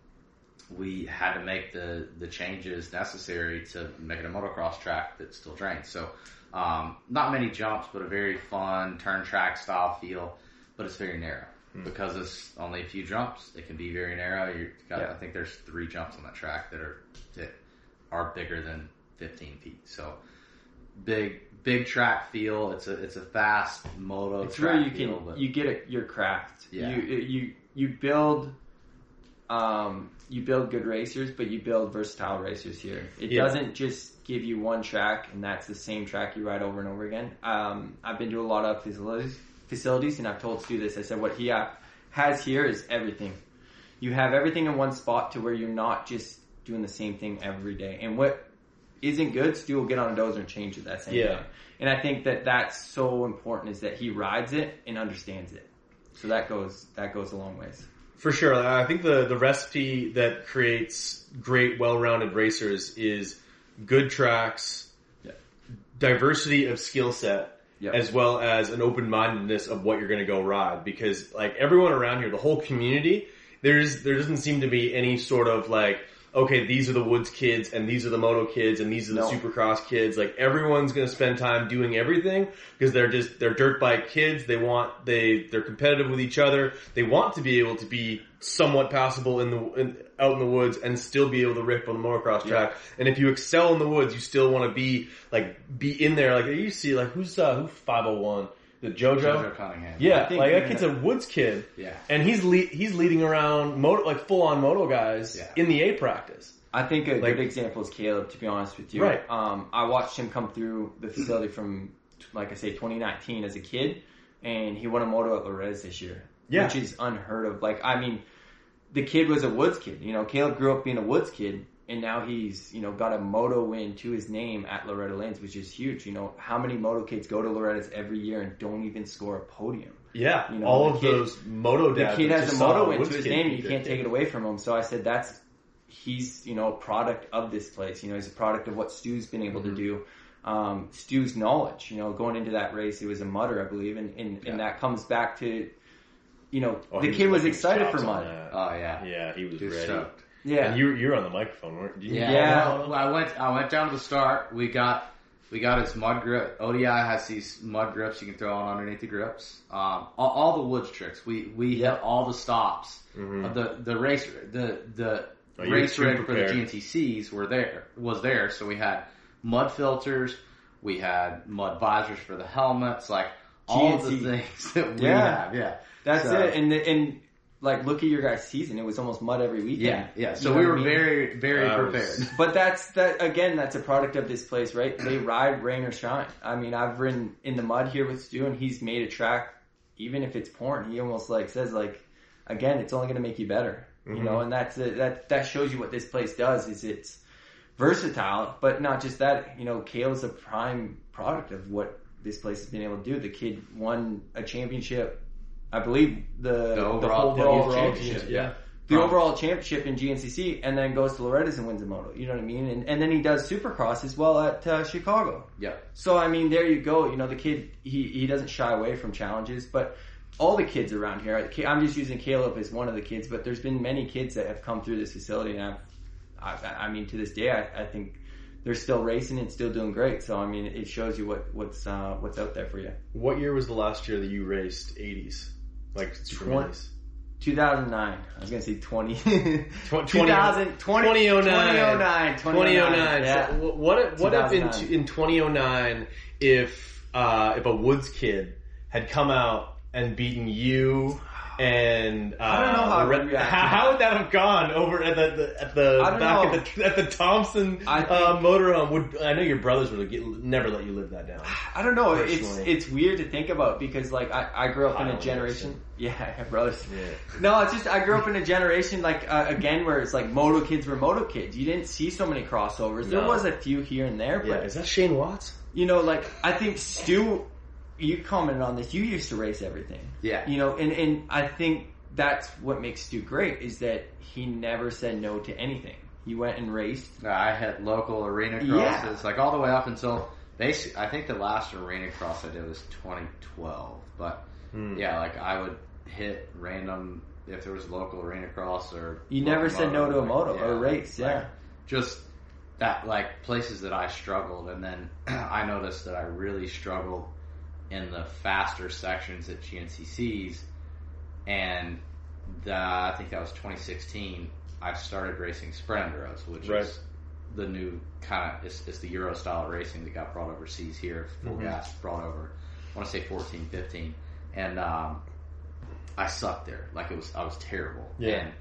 Speaker 2: we had to make the the changes necessary to make it a motocross track that still drains. So, um, not many jumps, but a very fun turn track style feel. But it's very narrow
Speaker 3: Hmm.
Speaker 2: because it's only a few jumps. It can be very narrow. You got,
Speaker 3: Yeah.
Speaker 2: I think there's three jumps on that track that are that are bigger than 15 feet. So, big big track feel. It's a it's a fast moto.
Speaker 3: It's
Speaker 2: track
Speaker 3: where you
Speaker 2: feel,
Speaker 3: can
Speaker 2: but-
Speaker 3: you get a, your craft.
Speaker 2: Yeah.
Speaker 3: You you you build um you build good racers, but you build versatile racers here. It
Speaker 1: Yeah.
Speaker 3: doesn't just give you one track and that's the same track you ride over and over again. Um, I've been to a lot of facilities facilities, and I've told Stu this. I said what he ha- has here is everything. You have everything in one spot to where you're not just doing the same thing every day. And what isn't good, Stu will get on a dozer and change it that same
Speaker 1: Yeah.
Speaker 3: day. And I think that that's so important is that he rides it and understands it. So that goes that goes a long ways.
Speaker 1: For sure. I think the, the recipe that creates great, well-rounded racers is good tracks,
Speaker 3: Yeah.
Speaker 1: diversity of skill set,
Speaker 3: Yeah.
Speaker 1: as well as an open-mindedness of what you're going to go ride. Because like everyone around here, the whole community there's there doesn't seem to be any sort of like okay these are the woods kids and these are the moto kids and these are the
Speaker 2: No.
Speaker 1: supercross kids like everyone's going to spend time doing everything because they're just they're dirt bike kids they want they they're competitive with each other they want to be able to be somewhat passable in the in, out in the woods and still be able to rip on the motocross track and if you excel in the woods you still want to be like be in there like you see like who's uh who 501 the
Speaker 2: Jojo Cunningham.
Speaker 1: yeah,
Speaker 3: I think-
Speaker 1: like that kid's a Woods kid,
Speaker 2: Yeah.
Speaker 1: and he's le- he's leading around moto, like full on moto guys
Speaker 2: Yeah.
Speaker 1: in the A practice.
Speaker 3: I think a
Speaker 1: Like-
Speaker 3: good example is Caleb. To be honest with you,
Speaker 1: Right.
Speaker 3: Um, I watched him come through the facility from, like I say, 2019 as a kid, and he won a moto at Lorez this year,
Speaker 1: Yeah.
Speaker 3: which is unheard of. Like, I mean, the kid was a woods kid. You know, Caleb grew up being a woods kid, and now he's you know got a moto win to his name at Loretta Lynn's, which is huge. You know, how many moto kids go to Loretta's every year and don't even score a podium?
Speaker 1: Yeah,
Speaker 3: You know,
Speaker 1: all
Speaker 3: the
Speaker 1: of
Speaker 3: kid-
Speaker 1: those moto
Speaker 3: the
Speaker 1: dads.
Speaker 3: kid
Speaker 1: that
Speaker 3: has
Speaker 1: just
Speaker 3: a
Speaker 1: saw
Speaker 3: moto
Speaker 1: a
Speaker 3: into
Speaker 1: Woods
Speaker 3: his
Speaker 1: kid
Speaker 3: name.
Speaker 1: do
Speaker 3: You
Speaker 1: that
Speaker 3: can't
Speaker 1: thing.
Speaker 3: take it away from him. So I said, that's he's you know a product of this place. You know, he's a product of what Stu's been able
Speaker 1: Mm-hmm.
Speaker 3: to do. Um, Stu's knowledge. You know, going into that race, it was a mutter, I believe, and and, and that comes back to you know
Speaker 1: Oh,
Speaker 3: the
Speaker 1: he
Speaker 3: kid was
Speaker 1: fucking
Speaker 3: excited
Speaker 1: chops
Speaker 3: for
Speaker 1: on
Speaker 3: mud.
Speaker 1: that.
Speaker 2: Oh yeah.
Speaker 1: yeah, he was
Speaker 2: Dude,
Speaker 1: ready.
Speaker 2: stoked.
Speaker 3: Yeah,
Speaker 1: And you you were on the microphone, weren't you?
Speaker 2: Yeah.
Speaker 3: Yeah.
Speaker 2: Well, I went. I went down to the start. We got. We got his mud grip. ODI has these mud grips you can throw on underneath the grips. Um, all, all the woods tricks. We we hit all the stops.
Speaker 3: Hmm.
Speaker 1: Mhm.
Speaker 2: The the race the the
Speaker 1: Oh, you were
Speaker 2: race
Speaker 1: too
Speaker 2: rig for the
Speaker 1: prepared.
Speaker 2: GNTCs were there was there. So we had mud filters. We had mud visors for the helmets. Like all of the
Speaker 3: GNT.
Speaker 2: things that we
Speaker 3: Yeah.
Speaker 2: have. Yeah.
Speaker 3: that's
Speaker 1: uh,
Speaker 2: So-
Speaker 3: it. And the- and like look at your guys' season; it was almost mud every weekend.
Speaker 2: Yeah. Yeah. So
Speaker 3: You know
Speaker 2: we
Speaker 3: what
Speaker 2: were
Speaker 3: I mean?
Speaker 2: very very
Speaker 1: I was-
Speaker 2: prepared.
Speaker 3: But that's that again. That's a product of this place, right? They ride rain or shine. I mean, I've ridden in the mud here with Stu, and he's made a track, even if it's porn. He almost like says like, again, it's only going to make you better, you know. And that's it. That that shows you what this place does. Is it's versatile, but not just that. You know, Kale's a prime product of what this place has been able to do. The kid won a championship, I believe. The
Speaker 2: The
Speaker 3: the
Speaker 2: overall-
Speaker 3: whole
Speaker 2: the
Speaker 3: world
Speaker 2: overall
Speaker 3: championship
Speaker 2: championship,
Speaker 1: yeah.
Speaker 3: the
Speaker 2: Right.
Speaker 3: overall championship in GNCC, and then goes to Loretta's and wins a moto. You know what I mean? And, and then he does Supercross as well at uh, Chicago.
Speaker 2: yeah.
Speaker 3: So I mean, there you go. You know, the kid he he doesn't shy away from challenges, but all the kids around here. I- I'm just using Caleb as one of the kids, but there's been many kids that have come through this facility, and I've, I, I mean, to this day, I, I think they're still racing and still doing great. So I mean, it shows you what what's uh, what's out there for you.
Speaker 1: What year was the last year that you raced 80s? Like
Speaker 3: Twen-
Speaker 1: 20s.
Speaker 3: 2009. I was gonna say 20.
Speaker 1: Twen-
Speaker 3: 2000,
Speaker 1: 2009.
Speaker 3: 2009.
Speaker 1: 2009.
Speaker 3: yeah.
Speaker 1: So wh- what if, what if in,
Speaker 3: 2009.
Speaker 1: in 2009 if uh, if a Woods kid had come out and beaten you and uh,
Speaker 3: I don't know how I would
Speaker 1: Re-
Speaker 3: react to
Speaker 1: how,
Speaker 3: that.
Speaker 1: how would that have gone over at the, the at the
Speaker 3: I don't
Speaker 1: back
Speaker 3: know.
Speaker 1: at the, at the Thompson
Speaker 3: I think-
Speaker 1: uh, motorhome? Would I know your brothers would get, never let you live that down?
Speaker 3: I don't know.
Speaker 1: Personally.
Speaker 3: It's it's weird to think about because like I, I grew up in a
Speaker 1: Kyle
Speaker 3: generation. Yeah, I have brothers.
Speaker 1: Yeah.
Speaker 3: No, it's just I grew up in a generation like uh, again where it's like moto kids were moto kids. You didn't see so many crossovers. There
Speaker 1: No.
Speaker 3: was a few here and there, but
Speaker 1: Yeah, is that Shane Watts?
Speaker 3: you know, like I think Stu, you commented on this. You used to race everything.
Speaker 2: Yeah.
Speaker 3: You know, and and I think that's what makes Stu great is that he never said no to anything. He went and raced.
Speaker 2: No, Uh, I hit local arena
Speaker 3: Yeah.
Speaker 2: crosses, like all the way up until basically. I think the last arena cross I did was 2012, but
Speaker 1: Hmm.
Speaker 2: yeah, like I would hit random if there was a local arena cross or
Speaker 3: You
Speaker 2: local
Speaker 3: never said no
Speaker 2: moto,
Speaker 3: to a
Speaker 2: like,
Speaker 3: moto or a
Speaker 2: yeah,
Speaker 3: race.
Speaker 2: like,
Speaker 3: Yeah.
Speaker 2: just that like places that I struggled, and then I noticed that I really struggled in the faster sections at GNCCs, and the, I think that was 2016. I started racing Sprenderos, which
Speaker 1: Right.
Speaker 2: is the new kind of it's, it's the Euro style racing that got brought overseas here, full
Speaker 1: Mhm.
Speaker 2: gas brought over. I want to say 14, 15, and um, I sucked there. Like it was, I was terrible,
Speaker 1: Yeah.
Speaker 2: and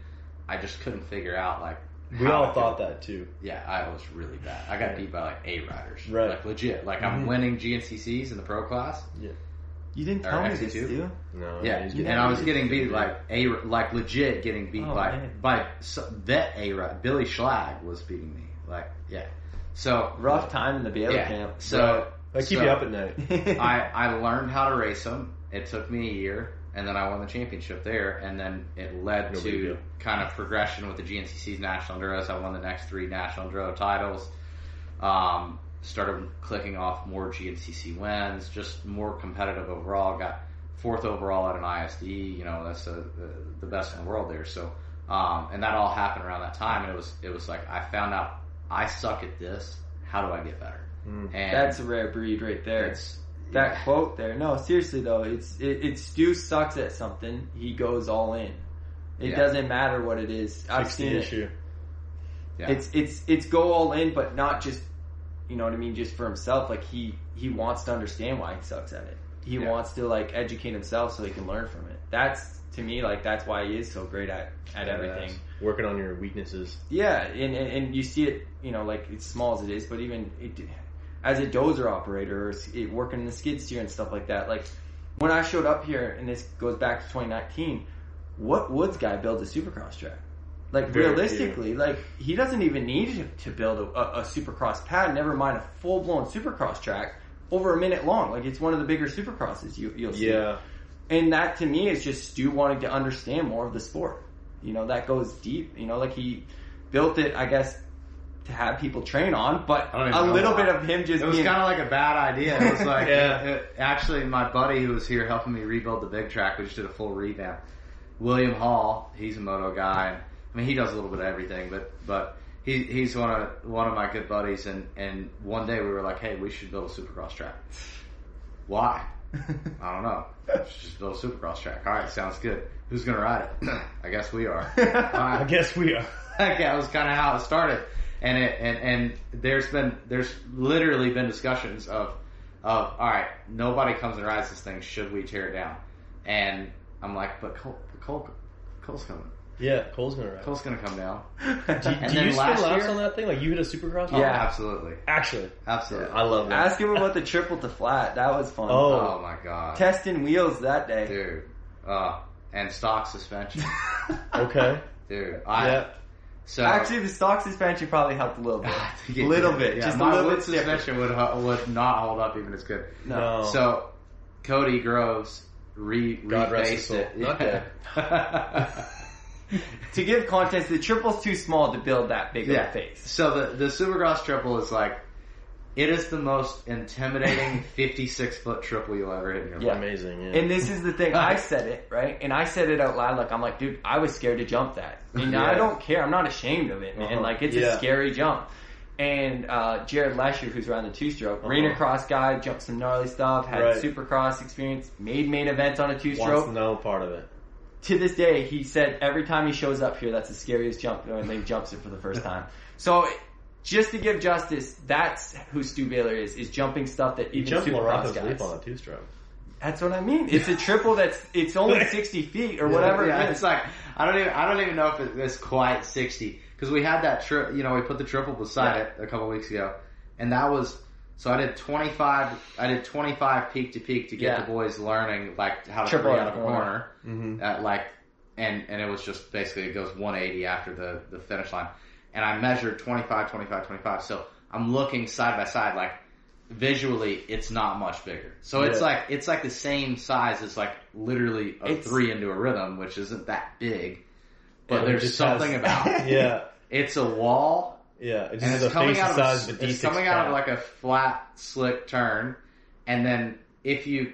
Speaker 2: I just couldn't figure out like
Speaker 1: We
Speaker 2: how
Speaker 1: all
Speaker 2: to-
Speaker 1: thought that too.
Speaker 2: yeah, I was really bad. I got beat by like A riders,
Speaker 1: Right.
Speaker 2: Like legit. Like I'm
Speaker 1: Mhm.
Speaker 2: winning GNCCs in the pro class.
Speaker 3: You didn't
Speaker 2: Or
Speaker 3: tell me this,
Speaker 2: XC2.
Speaker 3: Stu.
Speaker 1: No,
Speaker 2: yeah,
Speaker 1: Oh, he's-
Speaker 2: and I was getting beat
Speaker 1: Yeah.
Speaker 2: like A, like legit getting beat
Speaker 3: Oh,
Speaker 2: by
Speaker 3: man.
Speaker 2: by so, that A rod. Billy Schlag was beating me. Like yeah, so
Speaker 3: Rough time in the Baylor
Speaker 2: yeah.
Speaker 3: camp.
Speaker 2: So
Speaker 1: I keep
Speaker 2: so
Speaker 1: you up at night.
Speaker 2: I I learned how to race them. It took me a year, and then I won the championship there, and then it led
Speaker 1: No big
Speaker 2: to
Speaker 1: deal.
Speaker 2: kind of progression with the GNCC's national enduros. I won the next three national enduro titles. Um, started clicking off more GNCC wins, just more competitive overall. Got fourth overall at an ISD. You know that's uh the the best in the world there. So Um, and that all happened around that time. And it was it was like I found out I suck at this. How do I get better?
Speaker 1: Mm.
Speaker 2: And
Speaker 3: That's a rare breed right there.
Speaker 2: it's-
Speaker 3: that
Speaker 2: yeah.
Speaker 3: quote there. No, seriously though, it's it, it's Stu sucks at something. He goes all in. It
Speaker 2: Yeah.
Speaker 3: doesn't matter what it is. I've
Speaker 1: Fix the
Speaker 3: seen it.
Speaker 1: issue.
Speaker 2: Yeah.
Speaker 3: It's it's it's go all in, but not just you know what I mean, just for himself. Like he he wants to understand why he sucks at it. He
Speaker 2: Yeah.
Speaker 3: wants to like educate himself so he can learn from it. That's to me like that's why he is so great at at
Speaker 1: Yeah,
Speaker 3: everything.
Speaker 1: Working on your weaknesses.
Speaker 3: Yeah, and, and and you see it, you know, like it's small as it is, but even it, as a dozer operator or s- it, working in the skid steer and stuff like that. Like when I showed up here, and this goes back to 2019, what woods guy built a supercross track? Like
Speaker 1: Very
Speaker 3: realistically, like he doesn't even need to, to build a, a, a supercross pad. Never mind a full blown supercross track over a minute long. Like it's one of the bigger supercrosses you, you'll see.
Speaker 1: Yeah.
Speaker 3: And that to me is just Stu wanting to understand more of the sport. You know, that goes deep. You know, like he built it, I guess, to have people train on, but
Speaker 2: I don't
Speaker 3: a
Speaker 2: even know
Speaker 3: little
Speaker 2: why.
Speaker 3: bit of him just
Speaker 2: It was
Speaker 3: being.
Speaker 2: kind of like a bad idea. It was like,
Speaker 1: Yeah.
Speaker 2: uh, uh, actually, my buddy who was here helping me rebuild the big track, we just did a full revamp. William Hall, he's a moto guy. And, I mean, he does a little bit of everything, but but he he's one of one of my good buddies. And and one day we were like, hey, we should build a supercross track. Why? I don't know. Let's Just build a supercross track. All right, sounds good. Who's gonna ride it? I guess we are. All
Speaker 1: I
Speaker 2: right
Speaker 1: guess we are.
Speaker 2: like that was kind of how it started. And it, and and there's been there's literally been discussions of of all right, nobody comes and rides this thing. Should we tear it down? And I'm like, but Cole, but Cole Cole's coming.
Speaker 1: Yeah, Cole's gonna ride.
Speaker 2: Cole's gonna come down.
Speaker 1: Do,
Speaker 2: And
Speaker 1: do
Speaker 2: then
Speaker 1: you spin
Speaker 2: last
Speaker 1: laps
Speaker 2: year-
Speaker 1: on that thing? Like you hit a supercross?
Speaker 2: Oh,
Speaker 3: Yeah.
Speaker 2: absolutely,
Speaker 1: Actually,
Speaker 2: absolutely.
Speaker 1: I love that.
Speaker 3: Ask him about the triple to flat. That was fun.
Speaker 1: Oh.
Speaker 2: oh my god,
Speaker 3: Testing wheels that day.
Speaker 2: dude. Uh, and stock suspension,
Speaker 1: okay.
Speaker 2: dude. I
Speaker 1: yeah.
Speaker 2: so
Speaker 3: Actually, the stock suspension probably helped a little bit.
Speaker 2: I think
Speaker 3: A
Speaker 2: it-
Speaker 3: little bit.
Speaker 2: yeah,
Speaker 3: just a
Speaker 2: my
Speaker 3: little
Speaker 2: wood
Speaker 3: bit stiffer.
Speaker 2: suspension would hu- would not hold up even as good.
Speaker 1: No.
Speaker 2: So Cody Groves re
Speaker 1: God rest his
Speaker 2: refaced
Speaker 1: soul.
Speaker 2: it.
Speaker 1: Not dead.
Speaker 3: To give context, the triple's too small to build that big of
Speaker 2: yeah.
Speaker 3: a face.
Speaker 2: So the the Supercross triple is like it is the most intimidating fifty six foot triple you'll ever hit in your life.
Speaker 3: Yeah.
Speaker 1: Amazing. Yeah.
Speaker 3: And this is the thing, I said it, right? And I said it out loud, like, I'm like, dude, I was scared to jump that. And
Speaker 2: Yeah.
Speaker 3: I don't care, I'm not ashamed of it, man.
Speaker 1: Uh-huh.
Speaker 3: Like, it's
Speaker 1: Yeah.
Speaker 3: a scary jump. And uh, Jared Lesher, who's around the two stroke,
Speaker 1: Uh-huh.
Speaker 3: arena cross guy, jumped some gnarly stuff, had
Speaker 1: Right.
Speaker 3: supercross experience, made main events on a two
Speaker 1: Wants
Speaker 3: stroke.
Speaker 1: no part of it.
Speaker 3: to this day, he said every time he shows up here, that's the scariest jump when they jumps it for the first time. So, just to give justice, that's who Stu Baylor is, is jumping stuff that
Speaker 1: You
Speaker 3: even
Speaker 1: jumped
Speaker 3: supercross
Speaker 1: Morocco's leap
Speaker 3: guys.
Speaker 1: on a two stroke.
Speaker 3: That's what I mean. It's a triple that's, it's only 60 feet or whatever
Speaker 2: Yeah,
Speaker 3: it is.
Speaker 2: it's like I don't even I don't even know if it- it's quite sixty because we had that trip. You know, we put the triple beside it a couple weeks ago, and that was so I did twenty five. I did twenty five peak to peak to get
Speaker 3: Yeah.
Speaker 2: the boys learning like how to
Speaker 3: Triple
Speaker 2: free
Speaker 3: out
Speaker 2: out
Speaker 3: of
Speaker 2: of a
Speaker 3: corner.
Speaker 2: corner.
Speaker 1: Mm-hmm.
Speaker 2: at uh, like and and it was just basically it goes 180 after the the finish line and i measured 25 25 25 so i'm looking side by side like visually it's not much bigger so it's
Speaker 1: Yeah.
Speaker 2: like it's like the same size as like literally a
Speaker 3: It's-
Speaker 2: three into a rhythm which isn't that big but
Speaker 1: And it
Speaker 2: there's
Speaker 1: just has-
Speaker 2: something about
Speaker 1: Yeah.
Speaker 2: it's a wall
Speaker 1: Yeah. It just
Speaker 2: and
Speaker 1: is
Speaker 2: it's
Speaker 1: a
Speaker 2: coming
Speaker 1: face the
Speaker 2: out of a,
Speaker 1: size of a D6
Speaker 2: it's coming out
Speaker 1: cat.
Speaker 2: of like a flat slick turn and then if you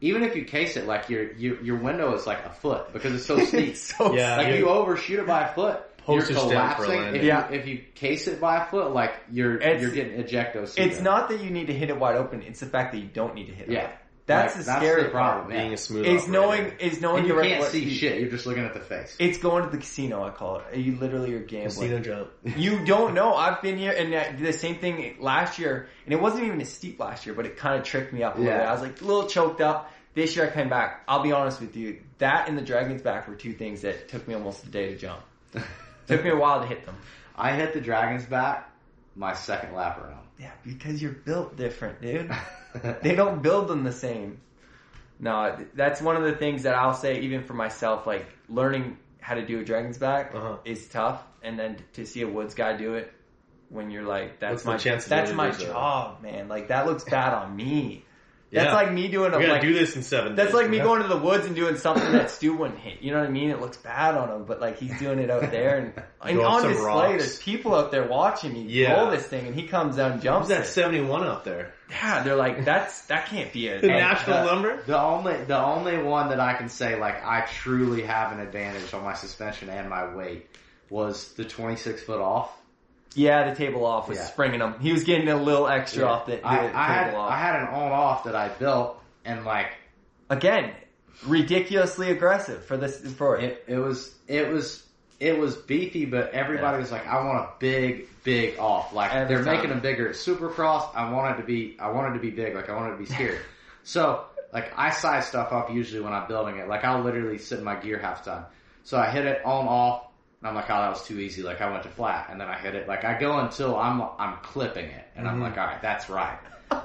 Speaker 2: even if you case it like your your, your window is like a foot because it's so steep
Speaker 3: It's so
Speaker 1: Yeah.
Speaker 2: like
Speaker 1: you-
Speaker 2: you overshoot it by a foot,
Speaker 1: Post
Speaker 2: you're
Speaker 1: your stem for
Speaker 2: collapsing.
Speaker 1: landing.
Speaker 2: If, you-
Speaker 3: Yeah.
Speaker 2: if you case it by a foot, like you're
Speaker 3: It's-
Speaker 2: you're getting ejecto. seat.
Speaker 3: It's not that you need to hit it wide open. It's the fact that you don't need to hit it.
Speaker 2: Yeah.
Speaker 3: wide. that's
Speaker 2: Like,
Speaker 3: the scary problem.
Speaker 2: problem.
Speaker 1: being
Speaker 2: yeah.
Speaker 1: a smooth.
Speaker 3: Is
Speaker 1: operator.
Speaker 3: knowing is knowing
Speaker 2: And you
Speaker 3: your
Speaker 2: can't
Speaker 3: what-
Speaker 2: see shit. You're just looking at the face.
Speaker 3: It's going to the casino. I call it. You literally are gambling.
Speaker 1: casino jump. Uh-huh.
Speaker 3: You don't know. I've been here, and that- the same thing last year, and it wasn't even as steep last year, but it kind of tricked me up a little
Speaker 2: Yeah.
Speaker 3: bit. I was like a little choked up. This year I came back. I'll be honest with you, that and the dragon's back were two things that took me almost a day to jump. took me a while to hit them.
Speaker 2: I hit the dragon's back my second lap around.
Speaker 3: Yeah, because you're built different, dude. they don't build them the same. No, that's one of the things that I'll say, even for myself, like learning how to do a dragon's back
Speaker 1: Uh-huh.
Speaker 3: is tough, and then to see a woods guy do it when you're
Speaker 1: What's
Speaker 3: like, that's
Speaker 1: the
Speaker 3: my
Speaker 1: chances
Speaker 3: that's
Speaker 1: that it
Speaker 3: my
Speaker 1: is, uh,
Speaker 3: job, man. Like that looks bad on me. That's
Speaker 1: Yeah.
Speaker 3: like me doing a
Speaker 1: We gotta
Speaker 3: like
Speaker 1: do this in seven.
Speaker 3: that's
Speaker 1: days.
Speaker 3: like me
Speaker 1: Yeah.
Speaker 3: going to the woods and doing something that Stu wouldn't hit. You know what I mean? It looks bad on him, but like he's doing it out there and, and
Speaker 1: Throw up
Speaker 3: on
Speaker 1: some
Speaker 3: display.
Speaker 1: rocks.
Speaker 3: There's people out there watching me
Speaker 1: Yeah.
Speaker 3: roll this thing, and he comes down and
Speaker 1: Who's
Speaker 3: jumps
Speaker 1: that
Speaker 3: it.
Speaker 1: seventy one out there?
Speaker 3: Yeah, they're like, that's that can't be it.
Speaker 1: The
Speaker 2: And,
Speaker 1: national
Speaker 2: uh,
Speaker 1: number.
Speaker 2: The only the only one that I can say like I truly have an advantage on my suspension and my weight was the 26 foot off.
Speaker 3: yeah, the table off was
Speaker 2: Yeah.
Speaker 3: springing him. He was getting a little extra off the, the
Speaker 2: I,
Speaker 3: table
Speaker 2: I had
Speaker 3: off.
Speaker 2: I had an on off that I built and like
Speaker 3: Again, ridiculously aggressive for this for it.
Speaker 2: it, it was it was it was beefy, but everybody
Speaker 3: Yeah.
Speaker 2: was like, I want a big big off. Like
Speaker 3: Every
Speaker 2: they're
Speaker 3: time.
Speaker 2: making them bigger at Supercross. I want it to be I want it to be big. Like I want it to be scared. so like I size stuff up usually when I'm building it. Like I'll literally sit in my gear half time. So I hit it on off, and I'm like, oh, that was too easy. Like I went to flat, and then I hit it. Like I go until I'm I'm clipping it, and I'm
Speaker 1: Mhm.
Speaker 2: like, all right, that's right.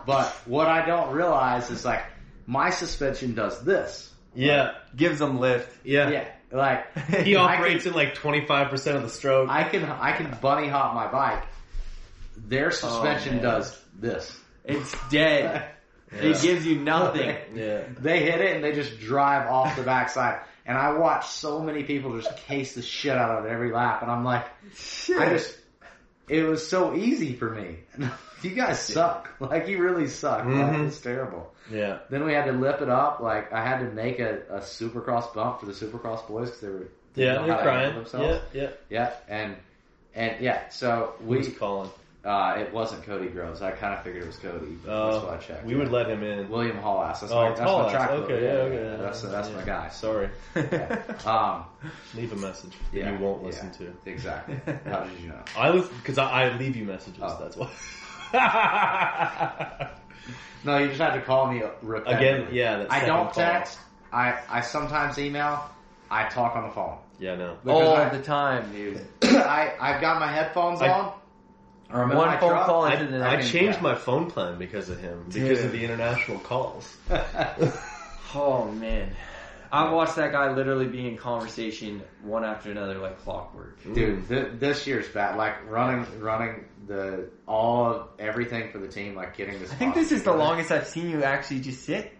Speaker 2: But what I don't realize is like my suspension does this.
Speaker 1: Yeah,
Speaker 3: Gives him lift.
Speaker 1: yeah.
Speaker 2: Yeah, like
Speaker 1: He
Speaker 2: I can-
Speaker 1: operates in like twenty five percent of the stroke.
Speaker 2: I can I can bunny hop my bike.
Speaker 1: Oh,
Speaker 2: Their suspension
Speaker 3: man.
Speaker 2: does this.
Speaker 3: It's dead. It gives you nothing.
Speaker 1: yeah.
Speaker 2: They hit it and they just drive off the backside. And I watch so many people just case the shit out of it every lap, and I'm like, I just it was so easy for me. you guys suck. Like you really suck. Like,
Speaker 1: Mhm.
Speaker 2: it's terrible.
Speaker 1: Yeah.
Speaker 2: Then we had to lip it up. Like I had to make a, a supercross bump for the supercross boys because they were
Speaker 1: Yeah,
Speaker 2: know how
Speaker 1: they're
Speaker 2: to handle
Speaker 1: crying. Yeah,
Speaker 2: themselves.
Speaker 1: yeah.
Speaker 2: yeah and and yeah. So we
Speaker 1: Who's calling?
Speaker 2: Uh, it wasn't Cody Groves. I kind of figured it was Cody. that's
Speaker 1: Uh,
Speaker 2: why I checked.
Speaker 1: we would let him in.
Speaker 2: William Hall asked. That's
Speaker 1: Oh,
Speaker 2: my, that's my
Speaker 1: Paul
Speaker 2: track.
Speaker 1: asked.
Speaker 2: coach.
Speaker 1: Okay, yeah, okay.
Speaker 2: That's, that's
Speaker 1: yeah.
Speaker 2: my guy. So,
Speaker 1: Sorry.
Speaker 2: um,
Speaker 1: Leave a message that
Speaker 2: yeah,
Speaker 1: you won't
Speaker 2: yeah,
Speaker 1: listen to.
Speaker 2: Exactly. How did you know?
Speaker 1: I listen because I, I leave you messages.
Speaker 2: Oh.
Speaker 1: That's why.
Speaker 2: No, you just had to call me repetitively.
Speaker 1: Again, yeah. That
Speaker 2: I
Speaker 1: second
Speaker 2: don't
Speaker 1: call.
Speaker 2: text. I, I sometimes email. I talk on the phone.
Speaker 1: Yeah, Oh, no.
Speaker 2: Because
Speaker 3: All
Speaker 2: I-
Speaker 3: the time, dude.
Speaker 2: I, I've got my headphones
Speaker 1: I-
Speaker 2: on. Or I'm in
Speaker 3: One
Speaker 2: my
Speaker 3: phone
Speaker 2: truck.
Speaker 3: call
Speaker 1: I,
Speaker 3: into the
Speaker 1: I
Speaker 3: next.
Speaker 1: changed
Speaker 2: yeah.
Speaker 1: my phone plan because of him, because of
Speaker 3: Dude.
Speaker 1: the international calls.
Speaker 3: Oh man, I watched that guy literally be in conversation one after another like clockwork.
Speaker 2: Dude, th- this year's bad. Like running, running the all of everything for the team. Like getting this.
Speaker 3: I think this is the longest I've seen you actually just sit.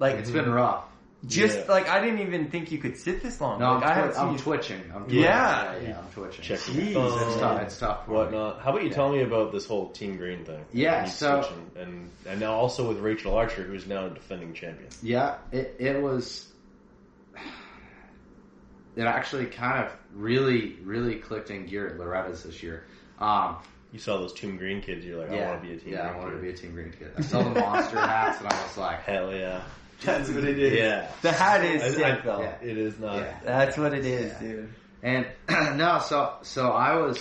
Speaker 3: Like
Speaker 2: It's been rough.
Speaker 3: just
Speaker 1: Yeah.
Speaker 3: like I didn't even think you could sit this long.
Speaker 2: No, I'm,
Speaker 3: like, I haven't
Speaker 2: twi- I'm
Speaker 3: seen you.
Speaker 2: twitching. I'm twitching.
Speaker 3: Yeah.
Speaker 2: yeah, yeah, I'm twitching.
Speaker 1: Check
Speaker 3: Jeez,
Speaker 1: your phone,
Speaker 2: It's tough. It's tough. for me.
Speaker 1: whatnot. How about you tell me about this whole Team Green thing?
Speaker 2: Yeah,
Speaker 1: You
Speaker 2: so-
Speaker 1: switching, and and now also with Rachel Archer, who's now a defending champion.
Speaker 2: Yeah, it it was. It actually kind of really, really clicked in gear at Loretta's this year. Um,
Speaker 1: You saw those Team Green kids. You're like,
Speaker 2: yeah,
Speaker 1: I want to be a Team
Speaker 2: yeah,
Speaker 1: Green
Speaker 2: I want to
Speaker 1: kid.
Speaker 2: be a Team Green kid. I saw the monster hats, and I was like,
Speaker 1: Hell yeah.
Speaker 3: That's what it
Speaker 1: Yeah.
Speaker 3: The hat is
Speaker 1: I-
Speaker 3: sick
Speaker 1: I-
Speaker 3: though.
Speaker 2: yeah.
Speaker 1: It is not.
Speaker 2: yeah.
Speaker 3: That's what it is,
Speaker 2: Yeah.
Speaker 3: dude.
Speaker 2: And no, so so I was.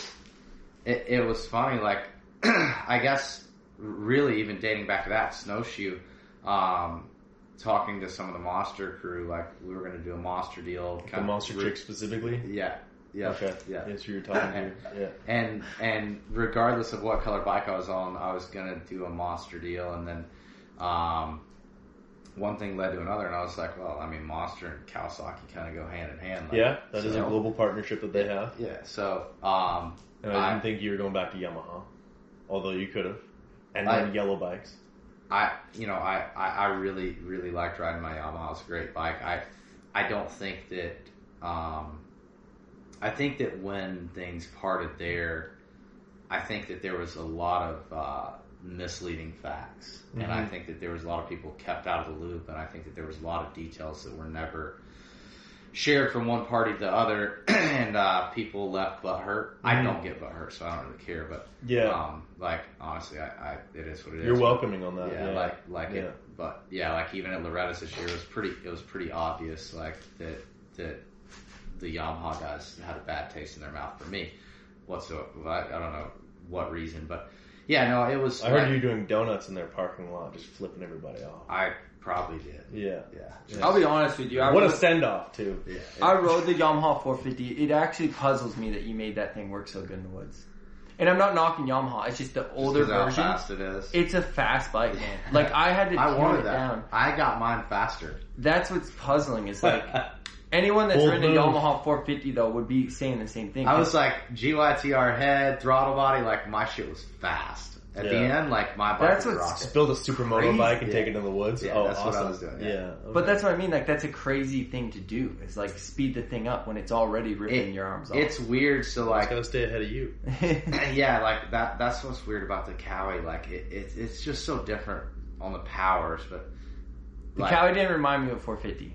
Speaker 2: It, it was funny, like I guess really even dating back to that snowshoe, um, talking to some of the monster crew, like we were going to do a monster deal,
Speaker 1: The
Speaker 2: kind of-
Speaker 1: Monster Chick specifically?
Speaker 2: yeah, yeah,
Speaker 1: Okay.
Speaker 2: yeah.
Speaker 1: That's who you're talking to. Yeah.
Speaker 2: And and regardless of what color bike I was on, I was gonna do a monster deal, and then um, one thing led to another, and I was like, well, I mean, monster and Kawasaki kind of go hand in hand, like,
Speaker 1: Yeah, that is a
Speaker 2: so-
Speaker 1: global partnership that they have.
Speaker 2: yeah. So um,
Speaker 1: And I
Speaker 2: I-
Speaker 1: didn't think you were going back to Yamaha, although you could have. And
Speaker 2: I-
Speaker 1: then yellow bikes.
Speaker 2: I you know I, I, I really really liked riding my Yamaha. It's a great bike. I I don't think that um, I think that when things parted there, I think that there was a lot of uh, misleading facts, and I
Speaker 1: Mhm.
Speaker 2: think that there was a lot of people kept out of the loop, and I think that there was a lot of details that were never shared from one party to the other, and uh, people left butthurt. I
Speaker 1: Mhm.
Speaker 2: don't get butthurt, so I don't really care. But
Speaker 1: Yeah.
Speaker 2: um, like honestly, I, I it is what Oh, it
Speaker 1: You're
Speaker 2: is.
Speaker 1: welcoming on that.
Speaker 2: Yeah,
Speaker 1: Yeah.
Speaker 2: like like
Speaker 1: Yeah.
Speaker 2: it, but yeah, like even at Loretta's this year, it was pretty. It was pretty obvious, like that that the Yamaha guys had a bad taste in their mouth for me. Whatsoever, I, I don't know what reason, but yeah, no, it was.
Speaker 1: I heard you doing donuts in their parking lot, just flipping everybody off.
Speaker 2: I probably did.
Speaker 1: Yeah.
Speaker 2: Yeah.
Speaker 1: Yeah.
Speaker 3: I'll be honest with you. I
Speaker 1: what a
Speaker 3: was-
Speaker 1: send off, too.
Speaker 2: Yeah.
Speaker 3: I rode the Yamaha 450. It actually puzzles me that you made that thing work so good in the woods. And I'm not knocking Yamaha. It's just the older
Speaker 2: Just 'cause
Speaker 3: version.
Speaker 2: how fast it is.
Speaker 3: It's a fast bike, man. Like I had to
Speaker 2: I
Speaker 3: tune
Speaker 2: wanted
Speaker 3: it
Speaker 2: that.
Speaker 3: down.
Speaker 2: I got mine faster.
Speaker 3: That's what's puzzling. Is like anyone that's
Speaker 1: Bold
Speaker 3: ridden a
Speaker 1: move.
Speaker 3: Yamaha 450 though would be saying the same thing.
Speaker 2: I was like GYTR head, throttle body, like my shit was fast. At the
Speaker 1: Yeah.
Speaker 2: end, like my bike
Speaker 3: That's
Speaker 2: would
Speaker 3: what's-
Speaker 2: rock it.
Speaker 1: Just build a supermoto
Speaker 2: Crazy.
Speaker 1: bike and
Speaker 2: Yeah.
Speaker 1: take it in the woods.
Speaker 2: Yeah,
Speaker 1: oh,
Speaker 2: that's what I
Speaker 1: awesome.
Speaker 2: was doing, yeah.
Speaker 1: Yeah.
Speaker 3: But that's what I mean. Like that's a crazy thing to do. Is like speed the thing up when it's already ripping
Speaker 2: It-
Speaker 3: your arms off.
Speaker 2: It's weird. So
Speaker 1: I was
Speaker 2: like,
Speaker 1: gonna stay ahead of you.
Speaker 2: yeah, like that. That's what's weird about the Cowie. Like it, it, it's just so different on the powers, but
Speaker 3: the Cowie didn't remind me of 450.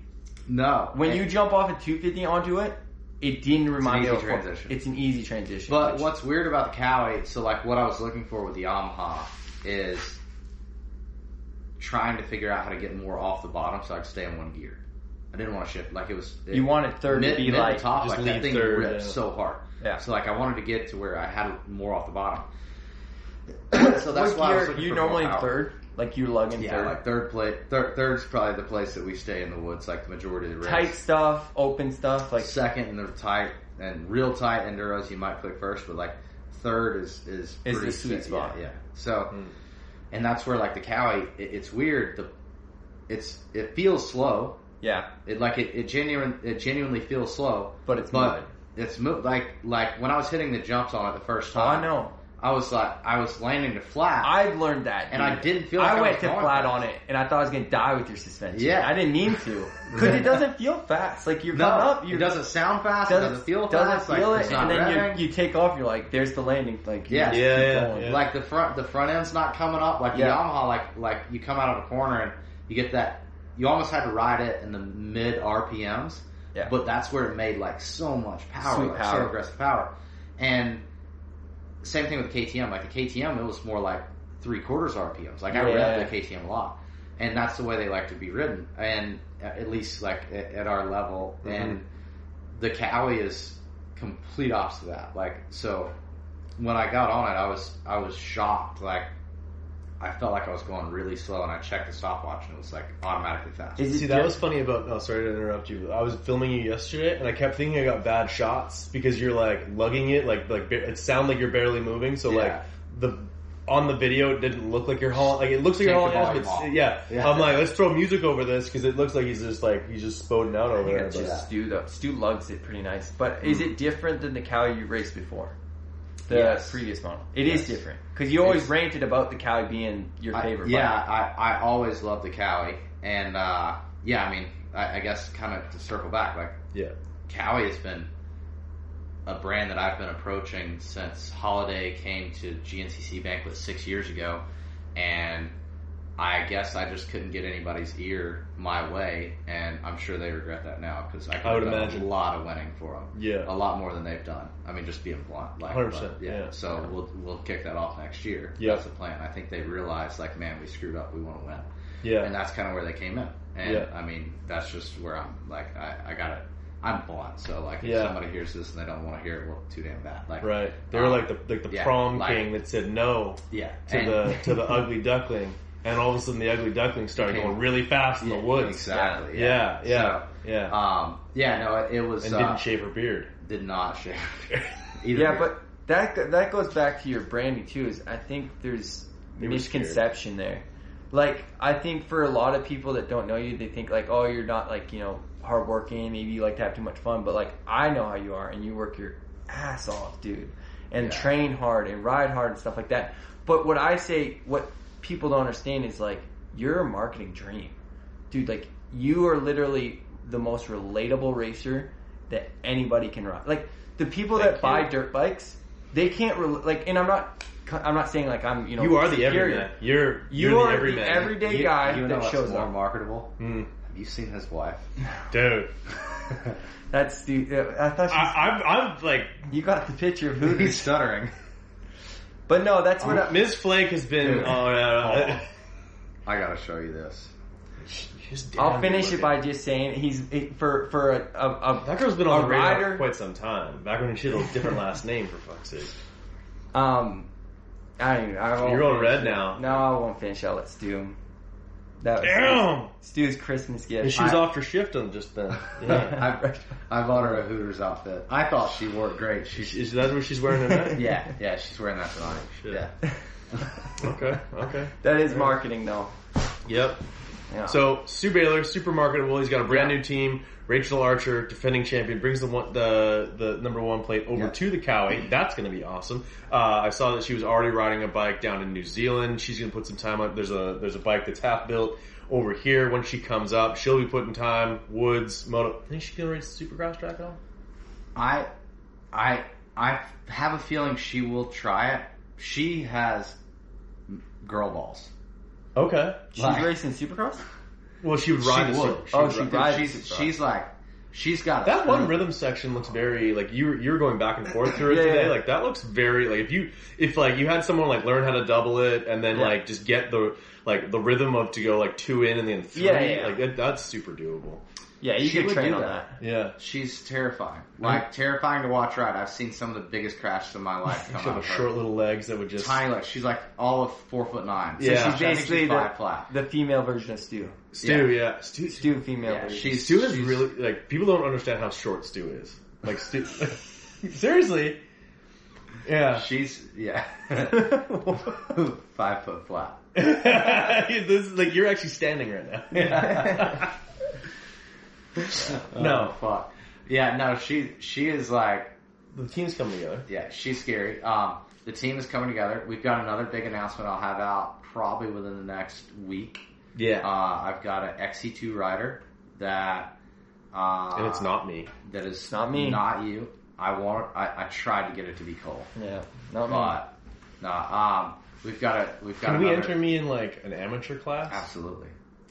Speaker 2: no.
Speaker 3: When
Speaker 2: And-
Speaker 3: you jump off at 250 onto it, it didn't remind
Speaker 2: easy
Speaker 3: me of 450.
Speaker 2: transition.
Speaker 3: It's an easy transition.
Speaker 2: But
Speaker 3: which-
Speaker 2: what's weird about the Cowie, so like what I was looking for with the Yamaha is trying to figure out how to get more off the bottom so I could stay in one gear. I didn't want to shift like it was. It,
Speaker 3: you wanted third
Speaker 2: mid,
Speaker 3: to be
Speaker 2: mid
Speaker 3: like
Speaker 2: to top,
Speaker 1: just
Speaker 2: like that
Speaker 1: leave
Speaker 2: thing
Speaker 1: third,
Speaker 2: ripped
Speaker 1: yeah.
Speaker 2: so hard.
Speaker 3: Yeah.
Speaker 2: So like I wanted to get to where I had more off the bottom. so that's
Speaker 3: What
Speaker 2: why I was
Speaker 3: gear-
Speaker 2: looking
Speaker 3: you
Speaker 2: for
Speaker 3: normally
Speaker 2: more
Speaker 3: in
Speaker 2: power.
Speaker 3: third, like you lug in
Speaker 2: Yeah,
Speaker 3: third.
Speaker 2: like third place. Third, third's probably the place that we stay in the woods, like the majority of the race.
Speaker 3: Tight stuff, open stuff, like
Speaker 2: like second and they're tight and real tight enduros you might click first, but like third is is
Speaker 3: Is
Speaker 2: pretty
Speaker 3: the sweet
Speaker 2: set,
Speaker 3: spot. Hmm.
Speaker 2: Yeah. yeah. So,
Speaker 1: Mm.
Speaker 2: and that's where like the Cowie, it, it's weird. The it's it feels slow.
Speaker 3: yeah,
Speaker 2: It like it, it genuine it genuinely feels slow,
Speaker 3: but it's
Speaker 2: but
Speaker 3: moving.
Speaker 2: it's mo- like like when I was hitting the jumps on it the first
Speaker 3: Oh, I
Speaker 2: time,
Speaker 3: know.
Speaker 2: I was like I was landing to flat.
Speaker 3: I learned that,
Speaker 2: And I
Speaker 3: dude.
Speaker 2: didn't feel like
Speaker 3: I
Speaker 2: I
Speaker 3: went
Speaker 2: was
Speaker 3: to
Speaker 2: going
Speaker 3: flat
Speaker 2: fast.
Speaker 3: on it, and I thought I was gonna die with your suspension.
Speaker 2: Yeah.
Speaker 3: I didn't mean to because it doesn't feel fast. Like you're
Speaker 2: no,
Speaker 3: coming up,
Speaker 2: it
Speaker 3: you
Speaker 2: doesn't sound fast. It doesn't feel fast.
Speaker 3: feel
Speaker 2: like,
Speaker 3: it,
Speaker 2: it's
Speaker 3: and
Speaker 2: not
Speaker 3: then
Speaker 2: revving.
Speaker 3: you, you take off. You're like, there's the landing. Like you
Speaker 2: Yeah.
Speaker 3: just
Speaker 1: Yeah,
Speaker 3: keep
Speaker 1: yeah,
Speaker 3: going.
Speaker 1: yeah.
Speaker 2: Like the front, the front end's not coming up. Like the
Speaker 3: Yeah.
Speaker 2: Yamaha, like like you come out of a corner and you get that. You almost had to ride it in the mid RPMs.
Speaker 3: Yeah.
Speaker 2: But that's where it made like so much power,
Speaker 3: Sweet
Speaker 2: like
Speaker 3: power.
Speaker 2: so aggressive power. And same thing with KTM. Like the KTM, it was more like three quarters RPMs. Like I
Speaker 3: Yeah.
Speaker 2: read the KTM a lot, and that's the way they like to be ridden. And at at least like at, at our level,
Speaker 3: Mm-hmm.
Speaker 2: and the Cowie is complete opposite of that. Like so, when I got on it, I was I was shocked. Like I felt like I was going really slow, and I checked the stopwatch, and it was like automatically fast.
Speaker 3: Is it
Speaker 1: See, that was
Speaker 3: just-
Speaker 1: funny about. No, sorry to interrupt you. I was filming you yesterday, and I kept thinking I got bad shots because you're like lugging it, like like ba- it sounded like you're barely moving. So
Speaker 2: Yeah.
Speaker 1: like the on the video, it didn't look like you're hauling. Like it looks like
Speaker 2: Take
Speaker 1: you're hauling
Speaker 2: the
Speaker 1: ass,
Speaker 2: volume
Speaker 1: but
Speaker 2: off.
Speaker 1: s- yeah.
Speaker 2: Yeah.
Speaker 1: I'm like, let's throw music over this because it looks like he's just like he's just spoding out
Speaker 3: I
Speaker 1: over
Speaker 3: think
Speaker 1: there.
Speaker 3: that's
Speaker 1: But,
Speaker 3: just Stu though. Stu lugs it pretty nice, but is it different than the Cowie you raced before? The
Speaker 2: Yes.
Speaker 3: previous model. It is
Speaker 2: Yes.
Speaker 3: different because you always
Speaker 2: It's-
Speaker 3: ranted about the Cowie being your
Speaker 2: I-
Speaker 3: favorite.
Speaker 2: yeah,
Speaker 3: bike.
Speaker 2: I, I always loved the Cowie, and uh, yeah, I mean, I, I guess kind of to circle back, like
Speaker 1: yeah,
Speaker 2: Cowie has been a brand that I've been approaching since Holiday came to GNCC Banquet six years ago, and I guess I just couldn't get anybody's ear my way, and I'm sure they regret that now because I, could
Speaker 1: I would
Speaker 2: have done
Speaker 1: imagine.
Speaker 2: a lot of winning for them,
Speaker 1: yeah.
Speaker 2: a lot more than they've done. I mean, just being blunt, like
Speaker 1: 100%,
Speaker 2: but, yeah.
Speaker 1: yeah.
Speaker 2: So we'll we'll kick that off next year.
Speaker 1: Yeah.
Speaker 2: That's the plan. I think they realized like, man, we screwed up. We want to win
Speaker 1: yeah.
Speaker 2: and that's kind of where they came in. And
Speaker 1: Yeah.
Speaker 2: I mean, that's just where I'm like, I, I got it. I'm blunt, so like, if
Speaker 1: Yeah.
Speaker 2: somebody hears this and they don't want to hear it, well, too damn bad. Like,
Speaker 1: Right. They were like the like the
Speaker 2: Yeah,
Speaker 1: prom
Speaker 2: like-
Speaker 1: king that said no
Speaker 2: yeah,
Speaker 1: to
Speaker 2: and-
Speaker 1: the to the ugly duckling, and all of a sudden the ugly duckling started
Speaker 2: Became-
Speaker 1: going really fast in
Speaker 2: yeah,
Speaker 1: the woods.
Speaker 2: exactly.
Speaker 1: Yeah, yeah,
Speaker 2: So,
Speaker 1: yeah.
Speaker 2: um, yeah, no, it, it was
Speaker 1: and
Speaker 2: uh,
Speaker 1: didn't shave her beard.
Speaker 2: did not share. either.
Speaker 3: yeah, but that go- that goes back to your branding too. Is I think there's
Speaker 1: They were
Speaker 3: misconception there. Like I think for a lot of people that don't know you, they think like, oh, you're not like you know hardworking. Maybe you like to have too much fun. But like I know how you are, and you work your ass off, dude, and
Speaker 2: Yeah.
Speaker 3: train hard and ride hard and stuff like that. But what I say, what people don't understand is like you're a marketing dream, dude. Like you are literally the most relatable racer that anybody can ride. Like the people
Speaker 1: Thank
Speaker 3: that buy
Speaker 1: you.
Speaker 3: dirt bikes, they can't rel like. And I'm not, I'm not saying like I'm you know
Speaker 1: You are the
Speaker 3: superior.
Speaker 1: everyman. You're
Speaker 3: You
Speaker 1: you're
Speaker 3: are
Speaker 1: the
Speaker 3: the
Speaker 1: everyman.
Speaker 3: everyday
Speaker 2: You-
Speaker 3: guy
Speaker 2: you know
Speaker 3: that
Speaker 2: what's
Speaker 3: shows
Speaker 2: more
Speaker 3: up.
Speaker 2: marketable.
Speaker 1: Mm.
Speaker 2: Have you seen his wife?
Speaker 1: Dude,
Speaker 3: That's the. uh, I thought
Speaker 1: I,
Speaker 3: she was-
Speaker 1: I'm I'm like
Speaker 3: you got the picture of who.
Speaker 2: He's stuttering.
Speaker 3: But no, that's what. I,
Speaker 1: Ms. Flake has been.
Speaker 2: Dude.
Speaker 1: Oh, yeah, yeah.
Speaker 2: I gotta show you this.
Speaker 1: She's damn
Speaker 3: I'll finish
Speaker 1: good
Speaker 3: it
Speaker 1: looking.
Speaker 3: by just saying he's it, for for a, a, a
Speaker 1: That girl's been
Speaker 3: a
Speaker 1: on the radar
Speaker 3: rider.
Speaker 1: for quite some time. Back when she had a different last name, for fuck's sake.
Speaker 3: Um, I don't even. I won't
Speaker 1: You're on
Speaker 3: finish
Speaker 1: red
Speaker 3: it.
Speaker 1: now.
Speaker 3: No, I won't finish. I'll let Stu. That was
Speaker 1: Damn!
Speaker 3: Stu's Christmas gift.
Speaker 1: And she was
Speaker 2: I-
Speaker 1: off her shift on just then. Yeah.
Speaker 2: I, I bought her a Hooters outfit. I thought she wore it great. She,
Speaker 1: Is that what she's wearing tonight?
Speaker 2: yeah, yeah, she's wearing that tonight.
Speaker 1: Shit.
Speaker 2: Yeah.
Speaker 1: Okay, okay.
Speaker 3: that is marketing though.
Speaker 1: Yep.
Speaker 3: Yeah.
Speaker 1: So Sue Baylor, super marketable. He's got a brand
Speaker 3: Yeah.
Speaker 1: new team. Rachel Archer, defending champion, brings the one, the the number one plate over
Speaker 2: Yeah.
Speaker 1: to the Cowie. That's going to be awesome. Uh, I saw that she was already riding a bike down in New Zealand. She's going to put some time on. There's a there's a bike that's half built over here. When she comes up, she'll be putting time. Woods, moto. I think she's going to race the Supercross track at all.
Speaker 2: I, I, I have a feeling she will try it. She has girl balls.
Speaker 1: Okay.
Speaker 3: She's
Speaker 2: Like-
Speaker 3: racing Supercross?
Speaker 1: Well, she would ride. a
Speaker 2: she would.
Speaker 1: Super-
Speaker 3: Oh,
Speaker 2: would
Speaker 3: she
Speaker 2: ride-
Speaker 3: rides
Speaker 2: She's,
Speaker 3: it,
Speaker 2: she's,
Speaker 3: so.
Speaker 2: like, she's got a
Speaker 1: That one
Speaker 2: throat.
Speaker 1: rhythm section looks very like you were you were going back and forth through it
Speaker 3: Yeah,
Speaker 1: today.
Speaker 3: yeah.
Speaker 1: Like that looks very like if you if like you had someone like learn how to double it and then
Speaker 3: Yeah.
Speaker 1: like just get the like the rhythm of to go like two in and then three.
Speaker 3: Yeah, yeah, yeah.
Speaker 1: Like that, that's super doable.
Speaker 3: Yeah, you
Speaker 2: She
Speaker 3: can
Speaker 2: would
Speaker 3: train
Speaker 2: do
Speaker 3: on
Speaker 2: that.
Speaker 3: that.
Speaker 1: Yeah.
Speaker 2: She's terrifying.
Speaker 1: Mm-hmm.
Speaker 2: Like terrifying to watch ride. I've seen some of the biggest crashes of my life
Speaker 1: She
Speaker 2: come
Speaker 1: have
Speaker 2: out
Speaker 1: the
Speaker 2: of her.
Speaker 1: short little legs that would just
Speaker 2: Tiny legs. She's like all of four foot nine.
Speaker 1: Yeah. She's
Speaker 2: So she's basically
Speaker 3: basically
Speaker 2: five flat.
Speaker 3: The female version of Stu.
Speaker 1: Stu. Yeah. Stu. Stu,
Speaker 3: Stu female
Speaker 2: Yeah,
Speaker 3: version.
Speaker 2: she's
Speaker 1: Stu is
Speaker 2: she's-
Speaker 1: really like people don't understand how short Stu is. Like Stu. seriously. Yeah.
Speaker 2: She's yeah, five foot flat.
Speaker 1: this is like you're actually standing right now.
Speaker 2: No, fuck. Yeah, no, she she is like
Speaker 1: The team's coming together.
Speaker 2: yeah, she's scary. Um, the team is coming together. We've got another big announcement I'll have out probably within the next week.
Speaker 1: Yeah.
Speaker 2: Uh, I've got an XC2 rider that uh,
Speaker 1: and it's not me.
Speaker 2: that is
Speaker 3: Not me.
Speaker 2: not you. I want. I, I tried to get it to be Cole,
Speaker 3: yeah, not me.
Speaker 2: but no. Um, we've got a we've got
Speaker 1: Can we
Speaker 2: another- Ah,
Speaker 1: enter me in like an amateur class?
Speaker 2: Absolutely.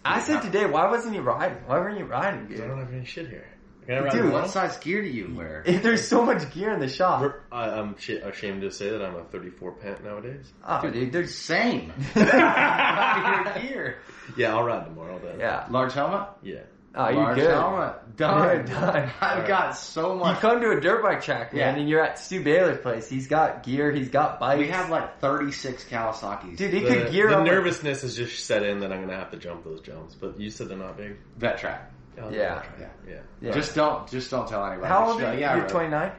Speaker 3: I said today, why wasn't he riding? Why weren't you riding?
Speaker 1: 'Cause I
Speaker 3: Dude?
Speaker 1: don't have any shit here. Can I ride
Speaker 3: Dude,
Speaker 1: alone?
Speaker 2: What size gear do you wear?
Speaker 3: There's so much gear in the shop.
Speaker 1: We're- I, I'm sh- ashamed to say that I'm a 34 pant nowadays.
Speaker 3: Oh,
Speaker 2: Dude,
Speaker 3: dude,
Speaker 2: they're same. Your
Speaker 3: yeah.
Speaker 2: gear.
Speaker 1: Yeah, I'll ride tomorrow then.
Speaker 2: Large helmet.
Speaker 1: Yeah.
Speaker 3: Oh, you
Speaker 2: Large
Speaker 3: good?
Speaker 2: helmet. Done.
Speaker 3: You're done.
Speaker 2: I've
Speaker 1: Alright.
Speaker 2: got so
Speaker 3: You
Speaker 2: much.
Speaker 3: come to a dirt bike track, man,
Speaker 2: Yeah.
Speaker 3: and you're at Stu Baylor's place. He's got gear. He's got bikes.
Speaker 2: We have like 36 Kawasaki's.
Speaker 3: dude. He
Speaker 1: the
Speaker 3: could gear
Speaker 1: the
Speaker 3: up. a-
Speaker 1: nervousness has just set in that I'm gonna have to jump those jumps, but you said they're not big.
Speaker 2: Vet track.
Speaker 1: Oh,
Speaker 3: Yeah.
Speaker 2: Yeah.
Speaker 1: yeah.
Speaker 3: Yeah.
Speaker 2: Just don't, just don't tell anybody.
Speaker 3: how old
Speaker 2: Just
Speaker 3: are
Speaker 2: go,
Speaker 3: you?
Speaker 2: Yeah,
Speaker 3: you're
Speaker 2: right.
Speaker 3: 29,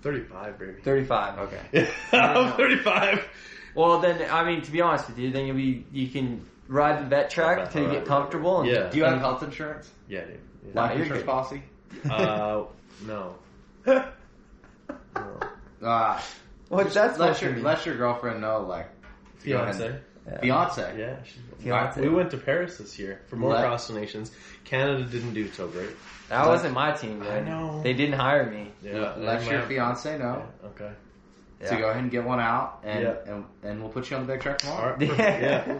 Speaker 1: 35, baby.
Speaker 3: 35. Okay.
Speaker 1: I'm 35.
Speaker 3: Well, then I mean, to be honest with you, then you'll be you can ride the vet track till you get comfortable. And,
Speaker 1: Yeah.
Speaker 2: Do you have health insurance?
Speaker 1: Yeah, dude. Yeah.
Speaker 2: Life
Speaker 3: you're
Speaker 2: insurance
Speaker 3: good.
Speaker 2: policy?
Speaker 1: Uh, no.
Speaker 2: Uh,
Speaker 3: Well, that's
Speaker 2: let
Speaker 3: what
Speaker 2: your, let your girlfriend know, like, to go ahead
Speaker 1: Fiance.
Speaker 2: and- Beyonce.
Speaker 1: Yeah. she's-
Speaker 3: Fiance.
Speaker 1: We went to Paris this year for more
Speaker 2: Let-
Speaker 1: cross nations. Canada didn't do so great.
Speaker 3: That wasn't my team.
Speaker 1: I
Speaker 3: Man.
Speaker 1: know.
Speaker 3: They didn't hire me.
Speaker 1: Yeah.
Speaker 2: Let your fiance know
Speaker 1: Okay.
Speaker 2: to go ahead and get one out, and,
Speaker 1: Yeah.
Speaker 2: and, and we'll put you on the big truck
Speaker 1: All
Speaker 2: tomorrow.
Speaker 1: right. perfect.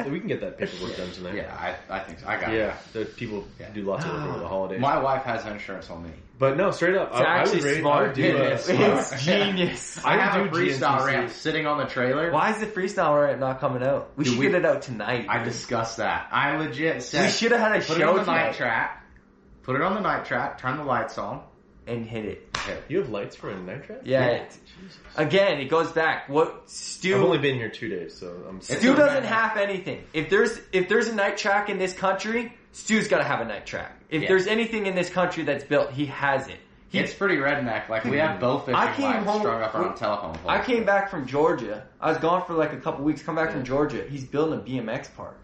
Speaker 1: Yeah, we can get that paperwork done tonight.
Speaker 2: Yeah, I, I think so. I got
Speaker 1: Yeah, the people
Speaker 2: Yeah.
Speaker 1: do lots of work over the
Speaker 2: it.
Speaker 1: holidays.
Speaker 2: My wife has insurance on me.
Speaker 1: but no, straight up,
Speaker 3: It's
Speaker 1: I, I
Speaker 3: actually
Speaker 1: would rate, I
Speaker 3: smart,
Speaker 1: would do uh,
Speaker 2: dude.
Speaker 1: a-
Speaker 2: It's smart.
Speaker 3: It's genius.
Speaker 2: I,
Speaker 1: I
Speaker 2: have a
Speaker 1: do
Speaker 2: freestyle
Speaker 1: GNCC.
Speaker 2: ramp sitting on the trailer.
Speaker 3: Why is the freestyle rant not coming out? We
Speaker 2: Dude,
Speaker 3: should
Speaker 2: we-
Speaker 3: get it out tonight.
Speaker 2: I discussed that. I legit said
Speaker 3: we should have had a
Speaker 2: put it
Speaker 3: show
Speaker 2: on the
Speaker 3: tonight
Speaker 2: night trap. Put it on the night trap. Turn the lights on.
Speaker 3: and hit it.
Speaker 2: Hit it.
Speaker 1: You have lights for a night trap?
Speaker 3: Yeah.
Speaker 2: Yeah.
Speaker 3: it- Again, it goes back. What Stu?
Speaker 1: I've only been here two days, so I'm.
Speaker 2: It's
Speaker 3: Stu
Speaker 2: doesn't
Speaker 3: doesn't
Speaker 2: matter.
Speaker 3: have anything. If there's if there's a night track in this country, Stu's got to have a night track. If
Speaker 2: Yeah.
Speaker 3: there's anything in this country that's built, he has it. He,
Speaker 2: It's pretty redneck. Like we have bow fishing
Speaker 3: I came
Speaker 2: lines
Speaker 3: home-
Speaker 2: strung up on a
Speaker 3: we-
Speaker 2: telephone pole.
Speaker 3: I came back from Georgia. I was gone for like a couple weeks. Come back from Georgia. He's building a BMX park.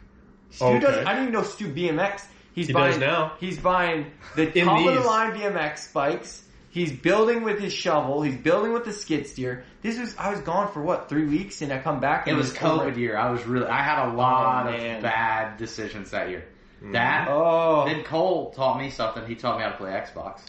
Speaker 3: Stu
Speaker 1: Okay.
Speaker 3: doesn't. I didn't even know Stu BMX. He's
Speaker 1: He
Speaker 3: buying
Speaker 1: does now.
Speaker 3: He's buying the
Speaker 1: In
Speaker 3: top of
Speaker 1: these.
Speaker 3: the line BMX bikes. He's building with his shovel. He's building with the skid steer. This was I was gone for what three weeks, and I come back.
Speaker 2: It
Speaker 3: And
Speaker 2: was
Speaker 3: it's
Speaker 2: COVID
Speaker 3: over.
Speaker 2: year. I was really. I had a lot
Speaker 3: Oh,
Speaker 2: of
Speaker 3: man.
Speaker 2: bad decisions that year. That.
Speaker 3: Oh,
Speaker 2: Then Cole taught me something. He taught me how to play Xbox.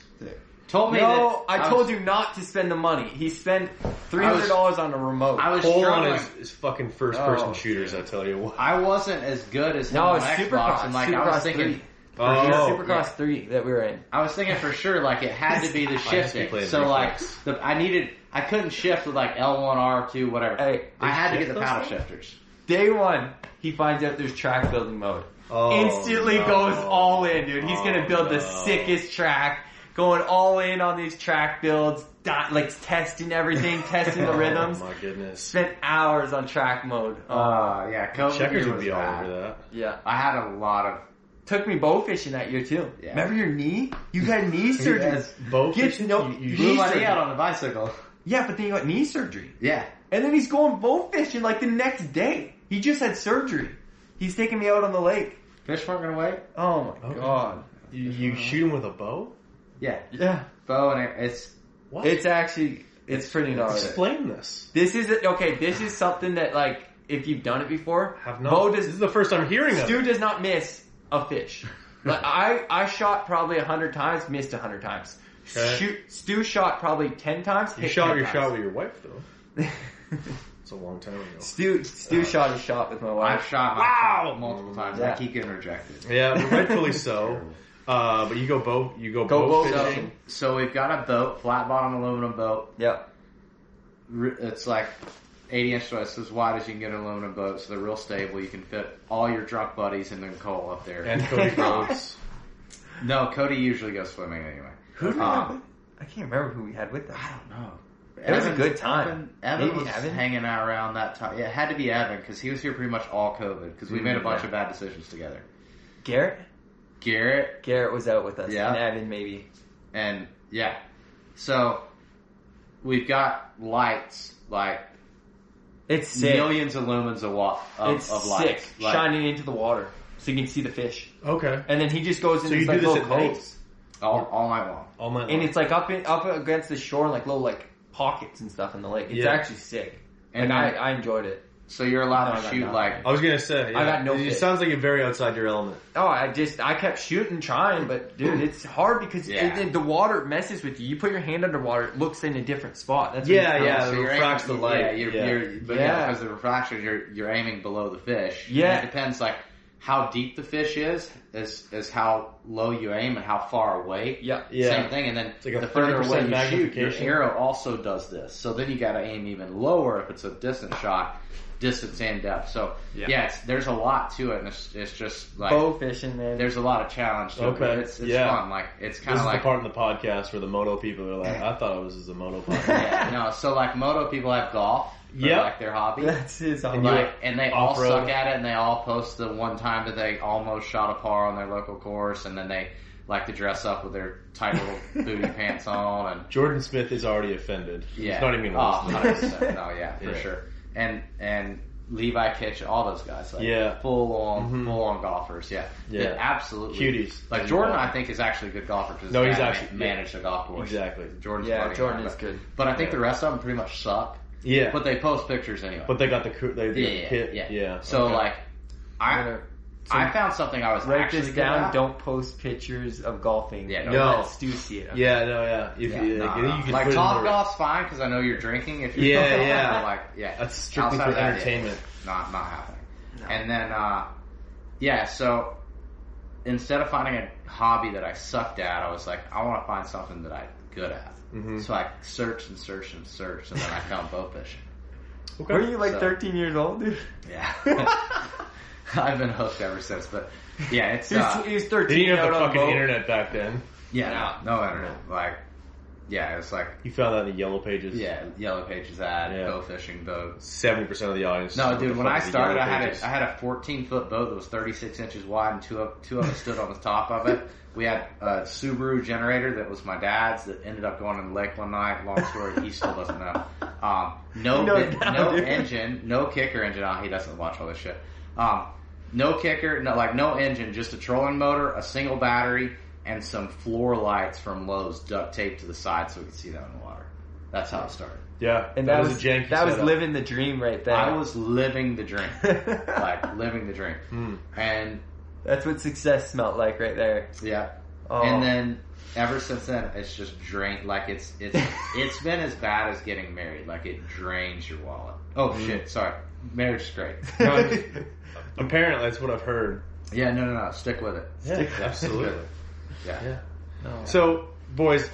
Speaker 2: Told me.
Speaker 3: No,
Speaker 2: that
Speaker 3: I told
Speaker 2: was,
Speaker 3: you not to spend the money. He spent three
Speaker 2: I was-
Speaker 3: hundred dollars on a remote.
Speaker 2: I was
Speaker 1: Pull
Speaker 2: struggling.
Speaker 1: on his, his fucking first person
Speaker 3: Oh.
Speaker 1: shooters, I tell you what.
Speaker 2: I wasn't as good as him
Speaker 3: no,
Speaker 2: on
Speaker 3: it's
Speaker 2: Xbox,
Speaker 3: Supercross.
Speaker 2: and like
Speaker 3: Supercross
Speaker 2: I was thinking,
Speaker 3: three.
Speaker 1: Oh,
Speaker 3: yeah, Supercross three that we were in.
Speaker 2: I was thinking for sure like it had to be the
Speaker 1: must be
Speaker 2: shifting.
Speaker 1: playing
Speaker 2: So like
Speaker 1: reflex.
Speaker 2: the, I needed, I couldn't shift with like L one R two whatever.
Speaker 3: Hey,
Speaker 2: I had to
Speaker 1: shift
Speaker 2: get the
Speaker 1: those
Speaker 2: paddle
Speaker 1: things?
Speaker 2: shifters.
Speaker 3: Day one, he finds out there's track building mode.
Speaker 1: Oh,
Speaker 3: Instantly
Speaker 1: no.
Speaker 3: goes all in, dude. He's
Speaker 1: Oh,
Speaker 3: gonna build the
Speaker 1: no.
Speaker 3: sickest track, going all in on these track builds, dot, like testing everything, testing the rhythms.
Speaker 1: Oh my goodness.
Speaker 3: Spent hours on track mode. Um,
Speaker 2: Uh, yeah, COVID
Speaker 1: Checkers
Speaker 2: year
Speaker 1: would
Speaker 2: was
Speaker 1: be all
Speaker 2: bad.
Speaker 1: over that.
Speaker 3: yeah.
Speaker 2: I had a lot of
Speaker 3: Took me bow fishing that year too.
Speaker 2: Yeah.
Speaker 3: Remember your knee? You had knee surgery.
Speaker 2: Yes.
Speaker 1: Both
Speaker 3: Get- no,
Speaker 1: you,
Speaker 3: Knee
Speaker 2: blew my knee
Speaker 3: surgery.
Speaker 2: out on the bicycle.
Speaker 3: Yeah, but then you got knee surgery.
Speaker 2: Yeah,
Speaker 3: And then he's going bow fishing like the next day. He just had surgery. He's taking me out on the lake.
Speaker 2: Fish weren't gonna wait. Oh my
Speaker 1: Okay.
Speaker 2: god.
Speaker 1: You, you shoot him with a bow?
Speaker 2: Yeah,
Speaker 3: Yeah.
Speaker 2: bow and arrow. It's
Speaker 1: What?
Speaker 3: It's actually it's pretty gnarly.
Speaker 1: Explain this.
Speaker 3: This is okay. This is something that like if you've done it before,
Speaker 1: Have not.
Speaker 3: Bo
Speaker 1: this
Speaker 3: does
Speaker 1: is the first I'm hearing of.
Speaker 3: Stu does not miss a fish. Like I, I shot probably hundred times, missed hundred times.
Speaker 1: Okay.
Speaker 3: Shoot, Stu shot probably ten times.
Speaker 1: it. You
Speaker 3: hit
Speaker 1: shot
Speaker 3: 10
Speaker 1: your shot
Speaker 3: times.
Speaker 1: with your wife though. It's a long time ago.
Speaker 3: Stu, Stu shot his shot with my
Speaker 2: I've
Speaker 3: wife.
Speaker 2: shot my
Speaker 1: Wow!
Speaker 2: shot multiple times.
Speaker 3: Yeah.
Speaker 2: I keep getting rejected.
Speaker 1: Yeah, rightfully so. Uh, but you go bow. You go,
Speaker 3: Go
Speaker 1: bow
Speaker 3: bow
Speaker 1: fishing.
Speaker 3: fishing.
Speaker 2: So we've got a boat, flat bottom aluminum boat.
Speaker 3: Yep.
Speaker 2: Re- It's like 80 inch, so it's as wide as you can get an aluminum boat. So they're real stable. You can fit all your drunk buddies and then Cole up there.
Speaker 1: And Cody Rhodes.
Speaker 2: no, Cody usually goes swimming anyway.
Speaker 3: Who
Speaker 2: did I have
Speaker 3: I can't remember who we had with us.
Speaker 2: No.
Speaker 3: It was a good time.
Speaker 2: oh. Evan,
Speaker 3: Maybe
Speaker 2: was
Speaker 3: Evan?
Speaker 2: hanging out around that time. Yeah, it had to be Evan because he was here pretty much all COVID because we made a bunch
Speaker 3: Mm, yeah.
Speaker 2: of bad decisions together.
Speaker 3: Garrett.
Speaker 2: Garrett
Speaker 3: Garrett was out with us.
Speaker 2: Yeah.
Speaker 3: And Evan maybe.
Speaker 2: and yeah, so we've got lights like
Speaker 3: It's sick.
Speaker 2: millions of lumens of, wa- of,
Speaker 3: it's
Speaker 2: of
Speaker 3: sick.
Speaker 2: lights. Like,
Speaker 3: Shining into the water, so you can see the fish.
Speaker 1: Okay.
Speaker 3: And then he just goes in
Speaker 1: So you
Speaker 3: these
Speaker 1: do
Speaker 3: like
Speaker 1: this
Speaker 3: little
Speaker 1: at night
Speaker 3: caves.
Speaker 2: all, all night long.
Speaker 1: all night
Speaker 3: and
Speaker 1: long.
Speaker 3: it's like up in, up against the shore, like little like pockets and stuff in the lake. It's
Speaker 1: Yeah.
Speaker 3: actually sick.
Speaker 2: And
Speaker 3: And I,
Speaker 2: then-
Speaker 3: I enjoyed it.
Speaker 2: So you're allowed
Speaker 3: No,
Speaker 2: to
Speaker 3: no,
Speaker 2: shoot
Speaker 3: no.
Speaker 2: like
Speaker 1: I was gonna say. Yeah.
Speaker 3: I got no
Speaker 1: It
Speaker 3: fit.
Speaker 1: sounds like you're very outside your element.
Speaker 3: Oh, I just I kept shooting, trying, but dude, it's hard because it-
Speaker 2: Hmm. Yeah.
Speaker 3: it- the water messes with you. You put your hand underwater, it looks in a different spot. That's
Speaker 1: Yeah,
Speaker 3: what
Speaker 1: yeah.
Speaker 2: Oh, so
Speaker 1: it
Speaker 2: you're
Speaker 1: refracts
Speaker 2: aiming-
Speaker 1: the light.
Speaker 2: Yeah, you're,
Speaker 1: Yeah.
Speaker 2: You're, but yeah,
Speaker 3: Yeah.
Speaker 2: because the refraction, you're you're aiming below the fish. And
Speaker 3: Yeah.
Speaker 2: it depends like how deep the fish is, is is how low you aim and how far away.
Speaker 3: Yeah.
Speaker 1: Yeah.
Speaker 2: Same thing, and then
Speaker 1: like a
Speaker 2: the further
Speaker 1: 30%
Speaker 2: away you shoot, your
Speaker 1: magnification.
Speaker 2: arrow also does this. So then you got to aim even lower if it's a distant shot, distance and depth. So
Speaker 3: Yeah.
Speaker 2: yeah, it's, there's a lot to it, and it's, it's just like
Speaker 3: bow fishing, man.
Speaker 2: there's a lot of challenge to it.
Speaker 1: Okay.
Speaker 2: but It's, it's
Speaker 1: Yeah.
Speaker 2: fun. Like it's kind
Speaker 1: This
Speaker 2: of
Speaker 1: is
Speaker 2: like
Speaker 1: the part in the podcast where the moto people are like, "I thought it was just a moto podcast."
Speaker 2: yeah, no. So like moto people have golf. for,
Speaker 1: Yep.
Speaker 2: like their hobby.
Speaker 3: That's his.
Speaker 1: And you-
Speaker 2: Like, and they
Speaker 1: Off-road.
Speaker 2: all suck at it, and they all post the one time that they almost shot a par on their local course, and then they like to dress up with their tight little booty pants on, and
Speaker 1: Jordan Smith is already offended.
Speaker 2: yeah,
Speaker 1: He's not even
Speaker 2: oh,
Speaker 1: gonna listen.
Speaker 2: 100%. No, yeah, for
Speaker 1: Yeah.
Speaker 2: sure. And and Levi Kitch, all those guys, like,
Speaker 1: Yeah.
Speaker 2: full on,
Speaker 1: Mhm.
Speaker 2: full on golfers, yeah,
Speaker 1: Yeah.
Speaker 2: absolutely,
Speaker 1: Cuties.
Speaker 2: Like Jordan, I think is actually a good golfer because
Speaker 1: No, he's actually-
Speaker 2: managed a golf course.
Speaker 1: Exactly.
Speaker 2: Jordan's
Speaker 3: yeah,
Speaker 2: funny,
Speaker 3: Jordan
Speaker 2: but-
Speaker 3: is good.
Speaker 2: but I think
Speaker 1: Yeah.
Speaker 2: the rest of them pretty much suck.
Speaker 1: Yeah,
Speaker 2: But they post pictures anyway.
Speaker 1: but they got the coo- they, they
Speaker 2: yeah, yeah,
Speaker 1: hit.
Speaker 2: yeah.
Speaker 1: yeah.
Speaker 2: So
Speaker 1: okay.
Speaker 2: like,
Speaker 3: I'm
Speaker 2: I
Speaker 3: gonna
Speaker 2: I found something I was
Speaker 3: write
Speaker 2: actually
Speaker 3: this
Speaker 2: good
Speaker 3: down.
Speaker 2: at.
Speaker 3: Don't post pictures of golfing.
Speaker 2: Yeah,
Speaker 3: Don't
Speaker 1: no.
Speaker 3: let Stu see it.
Speaker 1: yeah, no, yeah. If
Speaker 2: Yeah,
Speaker 1: you,
Speaker 2: nah,
Speaker 1: like,
Speaker 2: nah.
Speaker 1: you can
Speaker 2: like
Speaker 1: put it in
Speaker 2: top
Speaker 1: the-
Speaker 2: golf's fine because I know you're drinking. If you're
Speaker 1: Yeah,
Speaker 2: drinking,
Speaker 1: yeah.
Speaker 2: but, like yeah,
Speaker 1: That's strictly
Speaker 2: Outside
Speaker 1: for
Speaker 2: of that, yeah.
Speaker 1: entertainment.
Speaker 2: not not happening. And then uh, yeah, so instead of finding a hobby that I sucked at, I was like, I want to find something that I'm good at.
Speaker 1: Mhm.
Speaker 2: So I searched and searched and searched, and then I found bow fishing.
Speaker 1: Okay.
Speaker 3: Were you like
Speaker 2: So-
Speaker 3: 13 years old, dude?
Speaker 2: Yeah. I've been hooked ever since, but yeah, it's
Speaker 3: He was,
Speaker 2: uh,
Speaker 3: he was
Speaker 1: They
Speaker 3: 13
Speaker 1: didn't have
Speaker 3: out
Speaker 1: the
Speaker 3: on
Speaker 1: fucking
Speaker 3: boat.
Speaker 1: internet back then.
Speaker 2: yeah, no, no internet. Like, yeah, it's like
Speaker 1: You found that in the yellow pages.
Speaker 2: Yeah, Yellow Pages ad,
Speaker 1: Yeah.
Speaker 2: bow fishing boat.
Speaker 1: Seventy percent of the audience.
Speaker 2: No,
Speaker 1: What the
Speaker 2: dude, when
Speaker 1: fuck
Speaker 2: I
Speaker 1: is a
Speaker 2: started, I
Speaker 1: Yellow
Speaker 2: had
Speaker 1: Pages?
Speaker 2: a, I had a 14 foot boat that was 36 inches wide, and two of two of us stood on the top of it. We had a Subaru generator that was my dad's that ended up going in the lake one night. Long story, he still doesn't know. Um, no,
Speaker 3: No,
Speaker 2: no,
Speaker 3: no, dude.
Speaker 2: engine, no kicker engine. Oh, he doesn't watch all this shit. Um, no kicker, no like no engine, just a trolling motor, a single battery, and some floor lights from Lowe's duct taped to the side so we could see them in the water. That's how it started.
Speaker 1: yeah,
Speaker 3: And that,
Speaker 1: a
Speaker 3: was,
Speaker 1: janky.
Speaker 3: that was
Speaker 1: setup.
Speaker 3: living the dream right there.
Speaker 2: I was living the dream, like living the dream,
Speaker 1: Hmm.
Speaker 2: and
Speaker 3: That's what success smelt like right there.
Speaker 2: yeah.
Speaker 3: Oh.
Speaker 2: And then ever since then, it's just drained. Like it's it's it's been as bad as getting married. Like it drains your wallet. Oh
Speaker 3: Hmm.
Speaker 2: shit! Sorry, marriage is great.
Speaker 1: No, it's- apparently, that's what I've heard.
Speaker 2: Yeah, no, no, no. Stick with it.
Speaker 1: Yeah,
Speaker 2: with it.
Speaker 1: absolutely.
Speaker 2: Yeah.
Speaker 1: Yeah.
Speaker 3: No.
Speaker 1: So, boys,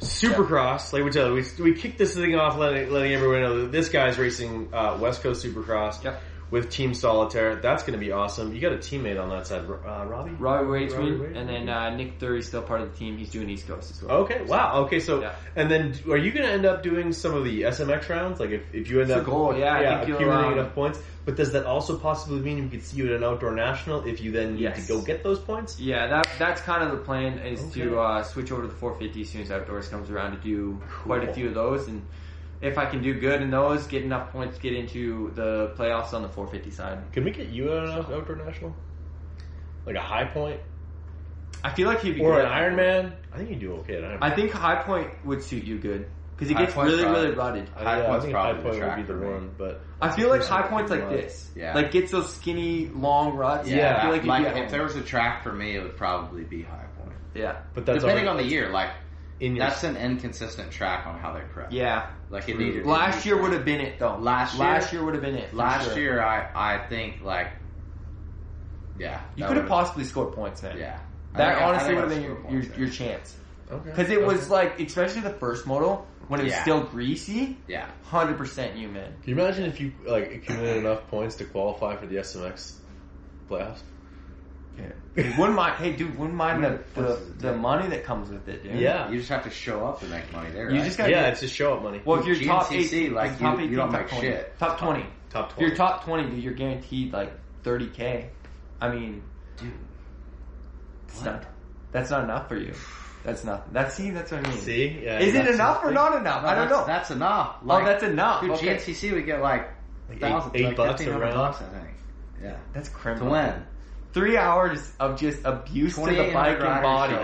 Speaker 1: Supercross, like we tell you, we, we kicked this thing off letting, letting everyone know that this guy's racing uh, West Coast Supercross
Speaker 3: Yep.
Speaker 1: with Team Solitaire. That's going to be awesome. You got a teammate on that side, Ro- uh, Robbie?
Speaker 3: Robbie Wade's
Speaker 1: Robbie
Speaker 3: win,
Speaker 1: Wade.
Speaker 3: and then uh, Nick Thury's still part of the team. He's doing East Coast as well.
Speaker 1: Okay, wow. Okay, so,
Speaker 3: Yeah.
Speaker 1: and then are you going to end up doing some of the SMX rounds? Like, if, if you end
Speaker 3: It's
Speaker 1: up
Speaker 3: a goal, yeah, I think you'll,
Speaker 1: accumulating
Speaker 3: um,
Speaker 1: enough points, but does that also possibly mean we could see you at an outdoor national if you then need
Speaker 3: Yes.
Speaker 1: to go get those points?
Speaker 3: Yeah, that that's kind of the plan is
Speaker 1: Okay.
Speaker 3: to uh, switch over to the 450 as soon as outdoors comes around to do quite a
Speaker 1: Cool.
Speaker 3: few of those, and if I can do good in those, get enough points, to get into the playoffs on the 450 side.
Speaker 1: Can we get you at an out- outdoor national? like a high point
Speaker 3: I feel like he'd be
Speaker 1: or
Speaker 3: good
Speaker 1: an
Speaker 3: at-
Speaker 1: Iron Man. I think you do okay at Iron Man.
Speaker 3: I think High Point would suit you good because he
Speaker 2: High
Speaker 3: gets
Speaker 2: Point's
Speaker 3: really,
Speaker 2: probably-
Speaker 3: really rutted.
Speaker 1: I,
Speaker 2: High
Speaker 1: yeah, I
Speaker 2: Point's
Speaker 1: think
Speaker 2: probably
Speaker 1: High
Speaker 2: the
Speaker 1: Point would
Speaker 2: track
Speaker 1: be the
Speaker 2: for me.
Speaker 1: one, but
Speaker 3: I feel like High
Speaker 1: Personally,
Speaker 3: Point's like
Speaker 1: uh,
Speaker 3: this.
Speaker 2: yeah.
Speaker 3: Like gets those skinny long ruts. I feel like you'd
Speaker 2: like
Speaker 3: be at
Speaker 2: if there
Speaker 3: home.
Speaker 2: was a track for me, it would probably be High Point.
Speaker 3: Yeah.
Speaker 1: but that's
Speaker 2: Depending on
Speaker 1: already
Speaker 2: the year, like
Speaker 1: in your
Speaker 2: that's an inconsistent track on how they prep.
Speaker 3: Yeah.
Speaker 2: like it needed.
Speaker 3: Last year would have been it though.
Speaker 2: Last year-
Speaker 3: last year would have been it. for
Speaker 2: last
Speaker 3: sure.
Speaker 2: year. I I think like yeah,
Speaker 3: you could
Speaker 2: that
Speaker 3: have
Speaker 2: would've-
Speaker 3: possibly scored points, man.
Speaker 2: Yeah, I
Speaker 3: That
Speaker 2: think I- I
Speaker 3: honestly
Speaker 2: think
Speaker 3: would have been
Speaker 2: I'd score
Speaker 3: your, your,
Speaker 2: points there.
Speaker 3: your chance
Speaker 1: okay.
Speaker 3: because it was like especially the first modal when it was
Speaker 2: Yeah.
Speaker 3: still greasy.
Speaker 2: yeah.
Speaker 3: Hundred percent you, man.
Speaker 1: Can you imagine if you like accumulated enough points to qualify for the SMX playoffs?
Speaker 3: Hey, wouldn't mind. Hey, dude, wouldn't mind the the,
Speaker 2: Versus the
Speaker 3: the money that comes with it, dude.
Speaker 1: Yeah,
Speaker 2: You just have to show up to make money there.
Speaker 3: You
Speaker 2: right?
Speaker 3: just got
Speaker 1: yeah, it's just show up money.
Speaker 3: Well, if you're top eight,
Speaker 2: GNCC, like,
Speaker 3: if you're top
Speaker 2: you-
Speaker 3: 18,
Speaker 2: you don't
Speaker 3: top
Speaker 2: make
Speaker 3: 20,
Speaker 2: shit.
Speaker 3: Top twenty.
Speaker 1: top
Speaker 3: If
Speaker 1: twenty.
Speaker 3: you're top twenty, dude, you're guaranteed like thirty k. I mean,
Speaker 2: Dude.
Speaker 3: it's not- that's not enough for you. That's nothing. That's see, that's what I mean.
Speaker 1: See, yeah,
Speaker 3: Is it
Speaker 1: that's-
Speaker 3: enough or not enough?
Speaker 2: No,
Speaker 3: I don't
Speaker 2: that's-
Speaker 3: know.
Speaker 2: That's enough.
Speaker 3: oh, that's enough.
Speaker 2: Dude,
Speaker 3: okay.
Speaker 2: GNCC we get like
Speaker 1: Like eight-
Speaker 2: thousand,
Speaker 1: eight
Speaker 2: like
Speaker 1: bucks a
Speaker 2: 1,500
Speaker 1: round?
Speaker 2: bucks, I think. Yeah,
Speaker 3: That's criminal.
Speaker 2: to win.
Speaker 3: Three hours of just abuse to the bike and body.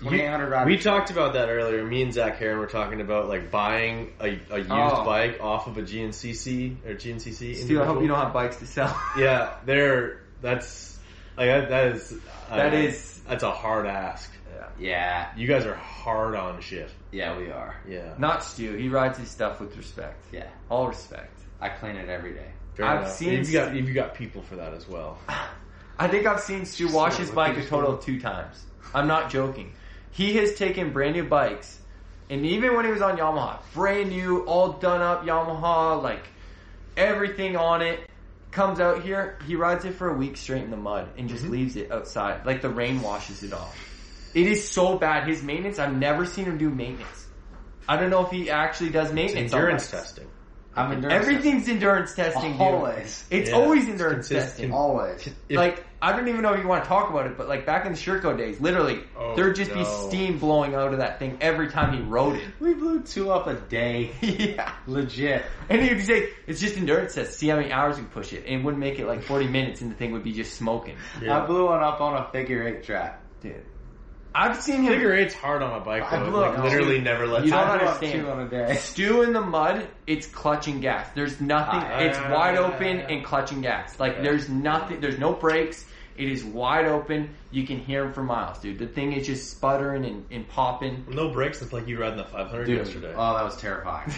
Speaker 2: Twenty eight hundred
Speaker 1: You-
Speaker 2: riders.
Speaker 1: we talked about that earlier. Me and Zach Heron were talking about like buying a, a used
Speaker 3: Oh.
Speaker 1: bike off of a GNCC or GNCC.
Speaker 3: Steve, I hope
Speaker 1: individual.
Speaker 3: you don't have bikes to sell.
Speaker 1: Yeah, there. That's like that, that is uh,
Speaker 3: That is-
Speaker 1: that's a hard ask.
Speaker 2: Yeah,
Speaker 1: You guys are hard on shit.
Speaker 2: yeah, we are.
Speaker 1: Yeah,
Speaker 3: Not Stu. He rides his stuff with respect.
Speaker 2: Yeah,
Speaker 3: All respect.
Speaker 2: I clean it every day.
Speaker 1: fair
Speaker 3: I've
Speaker 1: enough.
Speaker 3: seen-
Speaker 1: You've got you've got people for that as well.
Speaker 3: I think I've seen Stu wash his bike a total of two times. I'm not joking. He has taken brand new bikes, and even when he was on Yamaha, brand new, all done up Yamaha, like everything on it, comes out here. He rides it for a week straight in the mud and just
Speaker 1: Mm-hmm.
Speaker 3: leaves it outside. Like the rain washes it off. It is so bad. His maintenance, I've never seen him do maintenance. I don't know if he actually does
Speaker 1: It's
Speaker 3: maintenance. on
Speaker 1: endurance
Speaker 3: bikes.
Speaker 1: testing.
Speaker 2: I'm endurance.
Speaker 3: Everything's endurance testing. dude.
Speaker 2: Always.
Speaker 3: It's
Speaker 1: Yeah.
Speaker 3: always endurance
Speaker 1: Consistent.
Speaker 3: testing
Speaker 2: always.
Speaker 1: If-
Speaker 3: like I don't even know if you want to talk about it, but like back in the Shirko days, literally
Speaker 1: Oh,
Speaker 3: there'd just be
Speaker 1: no.
Speaker 3: steam blowing out of that thing every time he rode
Speaker 2: We blew two up a day.
Speaker 3: it. yeah.
Speaker 2: Legit.
Speaker 3: And he'd say, it's just endurance test, see how many hours you can push it. And it wouldn't make it like forty minutes and the thing would be just smoking.
Speaker 1: Yeah.
Speaker 2: I blew one up on a figure eight track.
Speaker 3: Dude. I've seen him
Speaker 1: Figure eight's hard on a bike.
Speaker 2: I
Speaker 1: Though. It,
Speaker 2: blew
Speaker 1: like,
Speaker 2: up.
Speaker 1: literally never lets. You
Speaker 3: You don't
Speaker 2: I blew up
Speaker 3: understand.
Speaker 2: two on a day.
Speaker 3: stew in the mud, it's clutching gas. There's nothing
Speaker 2: Ah,
Speaker 3: it's
Speaker 1: yeah,
Speaker 3: wide
Speaker 1: yeah,
Speaker 3: open
Speaker 1: yeah.
Speaker 3: and clutching gas. Like
Speaker 1: Yeah.
Speaker 3: there's nothing there's no brakes. It is wide open. You can hear him for miles, dude. The thing is just sputtering and, and popping.
Speaker 1: no brakes. It's like you riding the 500 yesterday.
Speaker 2: Oh, that was terrifying.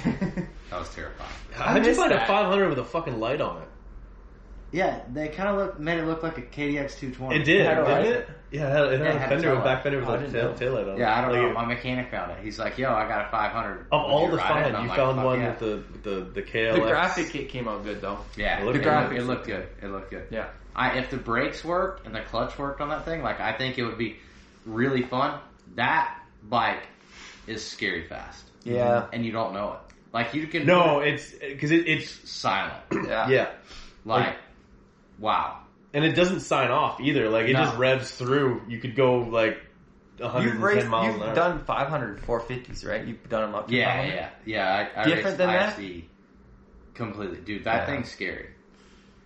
Speaker 2: That was terrifying.
Speaker 1: I,
Speaker 3: miss
Speaker 1: just like a
Speaker 3: that.
Speaker 1: 500 with a fucking light on it.
Speaker 2: Yeah, they kind of look, made it look like a KDX 220.
Speaker 1: It did,
Speaker 3: Had a
Speaker 1: didn't
Speaker 3: light?
Speaker 1: it? Yeah, it had, it had
Speaker 2: Yeah, it
Speaker 1: a
Speaker 2: had a
Speaker 1: fender, a
Speaker 2: taillight.
Speaker 1: back fender with
Speaker 3: Oh, I
Speaker 1: like a
Speaker 3: didn't
Speaker 1: tail,
Speaker 3: know.
Speaker 1: taillight on it.
Speaker 2: Yeah, I don't
Speaker 1: Like,
Speaker 2: know. My mechanic found it. He's like, "Yo, I got a 500."
Speaker 1: Of all
Speaker 2: Would
Speaker 1: the
Speaker 2: you ride
Speaker 1: fun,
Speaker 2: it? And
Speaker 1: you
Speaker 2: I'm like,
Speaker 1: found
Speaker 2: "Fuck
Speaker 1: one
Speaker 2: yeah."
Speaker 1: with the the the KLX.
Speaker 3: The graphic kit came out good though.
Speaker 2: Yeah,
Speaker 1: It
Speaker 2: it
Speaker 1: looked
Speaker 2: looked,
Speaker 3: good.
Speaker 2: It, looked good. It looked good.
Speaker 3: Yeah.
Speaker 2: I, if the brakes worked and the clutch worked on that thing, like I think it would be really fun. That bike is scary fast,
Speaker 3: Yeah.
Speaker 2: and you don't know it. Like you can
Speaker 1: No, it's because it, it's
Speaker 2: silent.
Speaker 3: Yeah.
Speaker 1: yeah,
Speaker 2: Like,
Speaker 1: Like-
Speaker 2: wow.
Speaker 1: and it doesn't sign off either. Like it
Speaker 2: No.
Speaker 1: just revs through. You could go like 110
Speaker 3: You've raced,
Speaker 1: miles
Speaker 3: you've
Speaker 1: an hour.
Speaker 3: done 500 450s, right? You've done them up to
Speaker 2: Yeah,
Speaker 3: 500.
Speaker 2: yeah, yeah. I, I
Speaker 3: Different
Speaker 2: raced
Speaker 3: than that?
Speaker 2: IFC completely, dude. That
Speaker 3: Yeah.
Speaker 2: thing's scary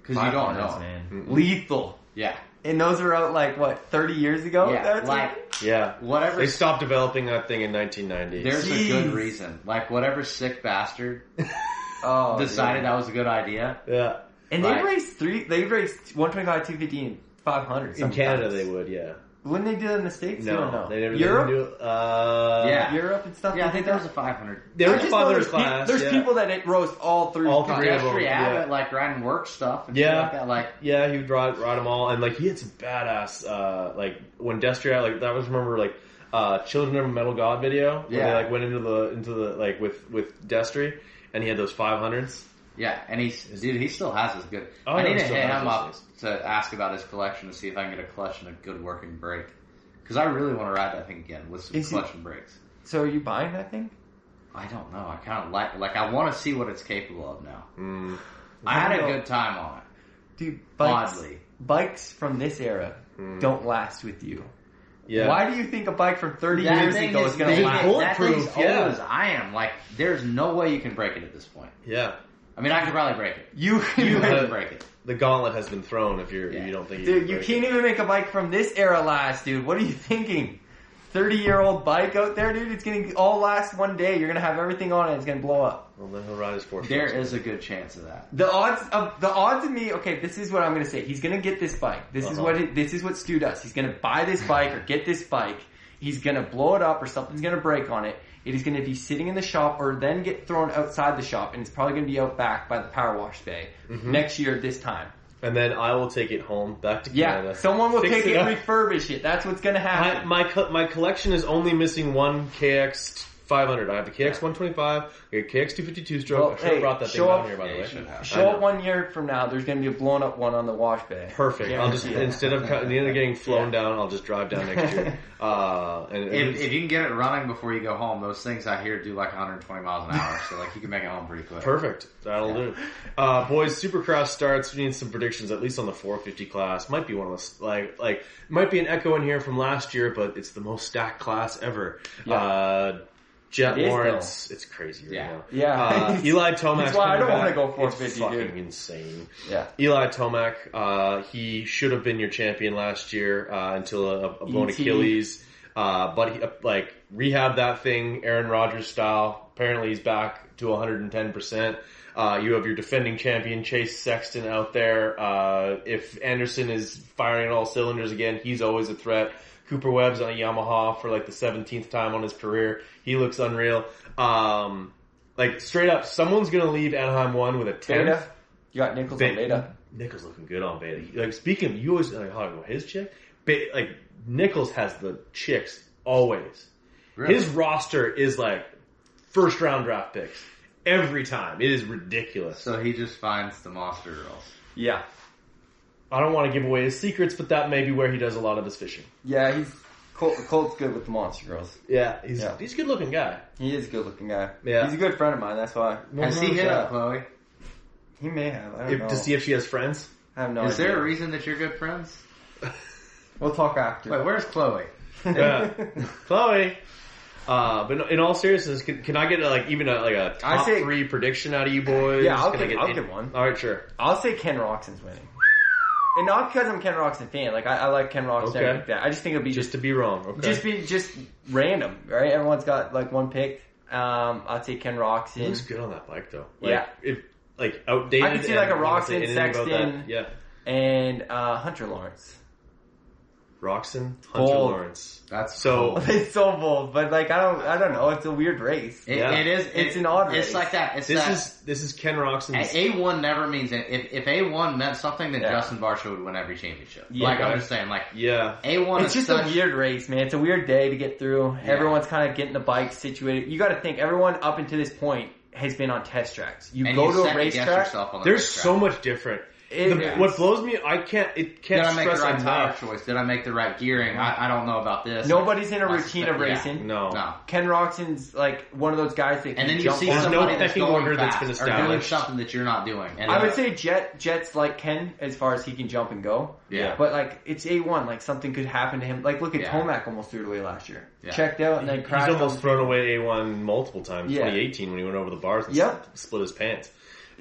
Speaker 2: because you don't
Speaker 3: 500s,
Speaker 2: know.
Speaker 3: Man.
Speaker 1: Mm-mm.
Speaker 3: Lethal.
Speaker 2: Yeah,
Speaker 3: And those were out like, what, 30 years ago?
Speaker 2: yeah.
Speaker 3: That's
Speaker 2: like
Speaker 1: yeah,
Speaker 2: whatever
Speaker 1: they stopped developing that thing in 1990.
Speaker 2: There's
Speaker 3: Jeez.
Speaker 2: a good reason. Like whatever sick bastard
Speaker 3: oh,
Speaker 2: decided
Speaker 3: yeah.
Speaker 2: that was a good idea.
Speaker 1: Yeah,
Speaker 3: And they
Speaker 2: Right.
Speaker 3: raced three, they raced 125, 250, and 500.
Speaker 1: in Canada they
Speaker 3: would.
Speaker 1: would. Yeah,
Speaker 3: When they do that in the States, you don't know.
Speaker 1: no, they never.
Speaker 3: Europe,
Speaker 1: They didn't do it. Uh,
Speaker 2: Yeah.
Speaker 3: Europe and stuff.
Speaker 2: Yeah, I
Speaker 3: they
Speaker 2: think
Speaker 3: did
Speaker 2: there was a
Speaker 3: that.
Speaker 2: 500.
Speaker 1: there
Speaker 3: I
Speaker 1: was
Speaker 3: just know
Speaker 1: father's
Speaker 3: there's pe-
Speaker 1: class.
Speaker 3: There's
Speaker 1: yeah.
Speaker 3: people that it rose all three.
Speaker 1: All
Speaker 3: classes.
Speaker 1: three of
Speaker 2: Jeffrey
Speaker 1: them,
Speaker 2: Abbott, like riding work stuff and
Speaker 1: Yeah.
Speaker 2: shit like that. Like
Speaker 1: Yeah, he would ride, ride them all, and like he had some badass, uh, like when Destria, like that was remember like uh, Children of a Metal God video, where they
Speaker 2: Yeah.
Speaker 1: like went into the into the like with with Destry, and he had those five hundreds.
Speaker 2: yeah, and he's dude, he still has his good.
Speaker 1: Oh,
Speaker 2: I
Speaker 1: yeah,
Speaker 2: need
Speaker 1: he
Speaker 2: to
Speaker 1: still
Speaker 2: hit
Speaker 1: has
Speaker 2: him
Speaker 1: those
Speaker 2: up
Speaker 1: things.
Speaker 2: to ask about his collection to see if I can get a clutch and a good working brake. Because I really want to ride that thing again with some
Speaker 3: Is he-
Speaker 2: clutch and brakes.
Speaker 3: So are you buying that thing?
Speaker 2: I don't know. I kind of like like I want to see what it's capable of now.
Speaker 1: Mm.
Speaker 2: I had a
Speaker 3: know.
Speaker 2: good time on it.
Speaker 3: Dude, bikes,
Speaker 2: Oddly,
Speaker 3: bikes from this era
Speaker 1: Mm.
Speaker 3: don't last with you.
Speaker 1: Yeah,
Speaker 3: Why do you think a bike from 30 years
Speaker 2: thing
Speaker 3: ago is going to
Speaker 1: big.
Speaker 2: big.
Speaker 3: last?
Speaker 2: That thing's
Speaker 1: Bulletproof, yeah.
Speaker 2: old as I am. Like, there's no way you can break it at this point.
Speaker 1: yeah.
Speaker 2: I mean, I could probably break it.
Speaker 3: You,
Speaker 2: You
Speaker 3: you,
Speaker 2: could break it.
Speaker 1: The gauntlet has been thrown. If you're, you don't think you
Speaker 3: dude,
Speaker 1: can
Speaker 3: you
Speaker 1: break
Speaker 3: can't even make a bike from this era last, dude. What are you thinking? Thirty-year-old bike out there, dude. It's gonna all last one day. You're gonna have everything on it. It's gonna blow up.
Speaker 1: It. Well, then he'll ride his four.
Speaker 2: There is a good chance of that.
Speaker 3: The odds of the odds of me. Okay, this is what I'm gonna say. He's gonna get this bike. This is
Speaker 1: Uh-huh.
Speaker 3: what it, this is what Stu does. He's gonna buy this bike or get this bike. He's gonna blow it up or something's gonna break on it. It is gonna be sitting in the shop or then get thrown outside the shop and it's probably gonna be out back by the power wash bay
Speaker 1: Mm-hmm.
Speaker 3: next year this time.
Speaker 1: And then I will take it home back to
Speaker 3: Yeah,
Speaker 1: Canada.
Speaker 3: someone will
Speaker 1: Fix
Speaker 3: take it,
Speaker 1: up.
Speaker 3: refurbish it. That's what's gonna
Speaker 1: my
Speaker 3: happen.
Speaker 1: my, co- my collection is only missing one KX 500. I have the KX 125, a KX 252 stroke.
Speaker 3: Well,
Speaker 1: I should have
Speaker 3: hey,
Speaker 1: brought that thing
Speaker 3: show
Speaker 1: down
Speaker 3: up-
Speaker 1: here by
Speaker 2: Yeah, you
Speaker 1: the
Speaker 2: should
Speaker 1: way.
Speaker 2: have.
Speaker 3: Show
Speaker 1: I know.
Speaker 3: up one year from now. There's gonna be a blown up one on the wash bay.
Speaker 1: Perfect. I'll just
Speaker 3: Guaranteed.
Speaker 1: instead of co- instead of getting flown down, I'll just drive down next year. Uh, and it
Speaker 2: If,
Speaker 1: is-
Speaker 2: if you can get it running before you go home, those things out here do like 120 miles an hour, so like you can make it home pretty quick.
Speaker 1: Perfect. That'll do. Uh, boys, Supercross starts. We need some predictions, at least on the 450 class. Might be one of those, like, like, might be an echo in here from last year, but it's the most stacked class ever. Uh, Jet
Speaker 3: It is,
Speaker 1: Lawrence, it's crazy right
Speaker 2: Yeah.
Speaker 1: now.
Speaker 3: Yeah.
Speaker 1: Uh, Eli Tomac.
Speaker 3: That's why I don't wanna go 450,
Speaker 1: It's fucking
Speaker 3: dude.
Speaker 1: insane.
Speaker 3: Yeah.
Speaker 1: Eli Tomac, uh, he should have been your champion last year uh, until a, a blown
Speaker 3: ET.
Speaker 1: Achilles. Uh, but he, like rehab that thing, Aaron Rodgers style. Apparently, he's back to 110. percent uh, You have your defending champion Chase Sexton out there. Uh, if Anderson is firing at all cylinders again, he's always a threat. Cooper Webb's on a Yamaha for like the 17th time on his career. He looks unreal. Um, like straight up, someone's gonna leave Anaheim one with a 10th.
Speaker 3: Beta. You got nickels on
Speaker 1: Beta.
Speaker 3: beta.
Speaker 1: Nichols looking good on Beta. Like speaking of you always like how about his chick? Ba- like Nichols has the chicks always.
Speaker 2: Really?
Speaker 1: His roster is like first round draft picks every time. It is ridiculous.
Speaker 2: So he just finds the monster girls.
Speaker 3: Yeah.
Speaker 1: I don't want to give away his secrets, but that may be where he does a lot of his fishing.
Speaker 3: Yeah, he's Colt, Colt's good with the monster girls.
Speaker 1: Yeah, he's
Speaker 3: Yeah.
Speaker 1: he's a good looking guy.
Speaker 3: He is a good looking guy.
Speaker 1: Yeah.
Speaker 3: He's a good friend of mine, that's why.
Speaker 2: Has he hit up Chloe?
Speaker 3: He may have, I don't
Speaker 1: If-
Speaker 3: know.
Speaker 1: to see if she has friends.
Speaker 3: I have no
Speaker 2: Is
Speaker 3: idea.
Speaker 2: there a reason that you're good friends?
Speaker 3: We'll talk after.
Speaker 2: Wait, where's Chloe?
Speaker 1: Yeah. Chloe. Uh, but in all seriousness, can, can I get like even a, like a
Speaker 3: I
Speaker 1: top
Speaker 3: say-
Speaker 1: three prediction out of you boys?
Speaker 3: Yeah, I'll
Speaker 1: Can I
Speaker 3: give- I'll
Speaker 1: in-
Speaker 3: give one.
Speaker 1: All right, sure.
Speaker 3: I'll say Ken Roxon's winning. And not because I'm a Ken Roxon fan. Like, I, I like Ken Roxon and
Speaker 1: Okay.
Speaker 3: everything like that. I just think it'll be just,
Speaker 1: Just to be wrong. Okay.
Speaker 3: just be just random, right? Everyone's got, like, one pick. Um, I'd say Ken
Speaker 1: He
Speaker 3: Roxon
Speaker 1: looks good on that bike though. Like,
Speaker 3: Mm. Yeah.
Speaker 1: If like outdated.
Speaker 3: I can see,
Speaker 1: and
Speaker 3: like, a
Speaker 1: don't wanna say
Speaker 3: Roxanne
Speaker 1: anything about
Speaker 3: Sexton.
Speaker 1: that. Yeah.
Speaker 3: and uh, Hunter Lawrence.
Speaker 1: Roxon, Hunter
Speaker 3: Bold.
Speaker 1: Lawrence.
Speaker 2: That's
Speaker 1: So
Speaker 3: it's so bold, but, like, I don't I don't know. It's a weird race.
Speaker 2: It,
Speaker 1: Yeah.
Speaker 2: it is.
Speaker 3: It's
Speaker 2: it-
Speaker 3: an odd
Speaker 2: It's
Speaker 3: race.
Speaker 2: like that. It's
Speaker 1: this
Speaker 2: that,
Speaker 1: is this is Ken Roxon's
Speaker 2: A one never means it. if if A one meant something, then
Speaker 3: Yeah.
Speaker 2: Justin Barcia would win every championship.
Speaker 3: Yeah.
Speaker 2: like I'm just saying, like
Speaker 1: Yeah.
Speaker 2: A one
Speaker 3: It's just
Speaker 2: is
Speaker 3: a
Speaker 2: such,
Speaker 3: weird race, man. It's a weird day to get through. Everyone's kind of getting the bike situated. You got to think everyone up until this point has been on test tracks. You
Speaker 2: and
Speaker 3: go
Speaker 2: you
Speaker 3: to a
Speaker 2: second guess
Speaker 3: racetrack.
Speaker 2: Yourself on the
Speaker 1: There's
Speaker 2: racetrack.
Speaker 1: so much different.
Speaker 3: It,
Speaker 1: The-
Speaker 3: is-
Speaker 1: what blows me, I can't. It
Speaker 2: Did
Speaker 1: can't
Speaker 2: I make the
Speaker 1: stress
Speaker 2: right tire
Speaker 1: enough.
Speaker 2: choice? Did I make the right gearing? I, I don't know about this.
Speaker 3: nobody's in a
Speaker 2: Like,
Speaker 3: routine of
Speaker 2: yeah.
Speaker 3: racing.
Speaker 1: No.
Speaker 2: No.
Speaker 3: Ken Roxon's like one of those guys that can
Speaker 2: And then you
Speaker 3: jump
Speaker 2: see
Speaker 3: on-
Speaker 1: There's some- no
Speaker 2: somebody that's
Speaker 1: pecking
Speaker 2: going
Speaker 1: order that's
Speaker 2: fast
Speaker 1: been
Speaker 2: or doing
Speaker 1: established.
Speaker 2: something that you're not doing. And
Speaker 3: I
Speaker 2: then-
Speaker 3: would say Jet Jet's like Ken as far as he can jump and go.
Speaker 2: Yeah.
Speaker 3: But like it's A one, like something could happen to him. Like look at
Speaker 2: Yeah.
Speaker 3: Tomac almost threw it away last year.
Speaker 2: Yeah.
Speaker 3: Checked out and then
Speaker 1: He's
Speaker 3: crashed.
Speaker 1: almost
Speaker 3: on-
Speaker 1: thrown away A1 multiple times.
Speaker 3: Yeah.
Speaker 1: 2018 when he went over the bars and
Speaker 3: Yep.
Speaker 1: s- split his pants.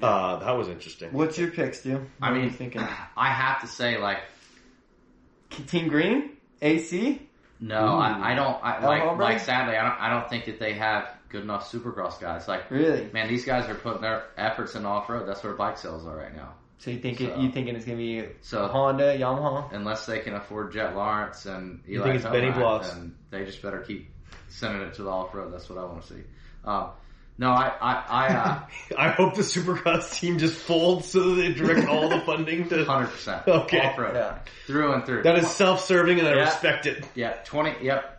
Speaker 1: Uh, that was interesting.
Speaker 3: What's your pick, Stu?
Speaker 2: I
Speaker 3: What are you
Speaker 2: mean,
Speaker 3: thinking
Speaker 2: I have to say, like,
Speaker 3: Team Green, AC.
Speaker 2: no, I, I don't. I, like,
Speaker 3: Hombre?
Speaker 2: like, sadly, I don't. I don't think that they have good enough Supercross guys. Like,
Speaker 3: Really?
Speaker 2: man, these guys are putting their efforts in off road. That's where bike sales are right now.
Speaker 3: So you think it,
Speaker 2: So-
Speaker 3: you thinking it's gonna be
Speaker 2: So-
Speaker 3: Honda, Yamaha?
Speaker 2: Unless they can afford Jet Lawrence and Eli
Speaker 1: think it's
Speaker 2: Tomac,
Speaker 1: Benny Bloss?
Speaker 2: then they just better keep sending it to the off road. That's what I want to see. Um, no, I, I, I. Uh,
Speaker 1: I hope the Supercross team just folds so that they direct all the funding to.
Speaker 2: Hundred percent.
Speaker 1: Okay.
Speaker 2: Off road.
Speaker 3: Yeah.
Speaker 2: Through and through.
Speaker 1: That is self-serving, and I
Speaker 3: Yeah.
Speaker 1: respect it.
Speaker 2: yeah, twenty yep.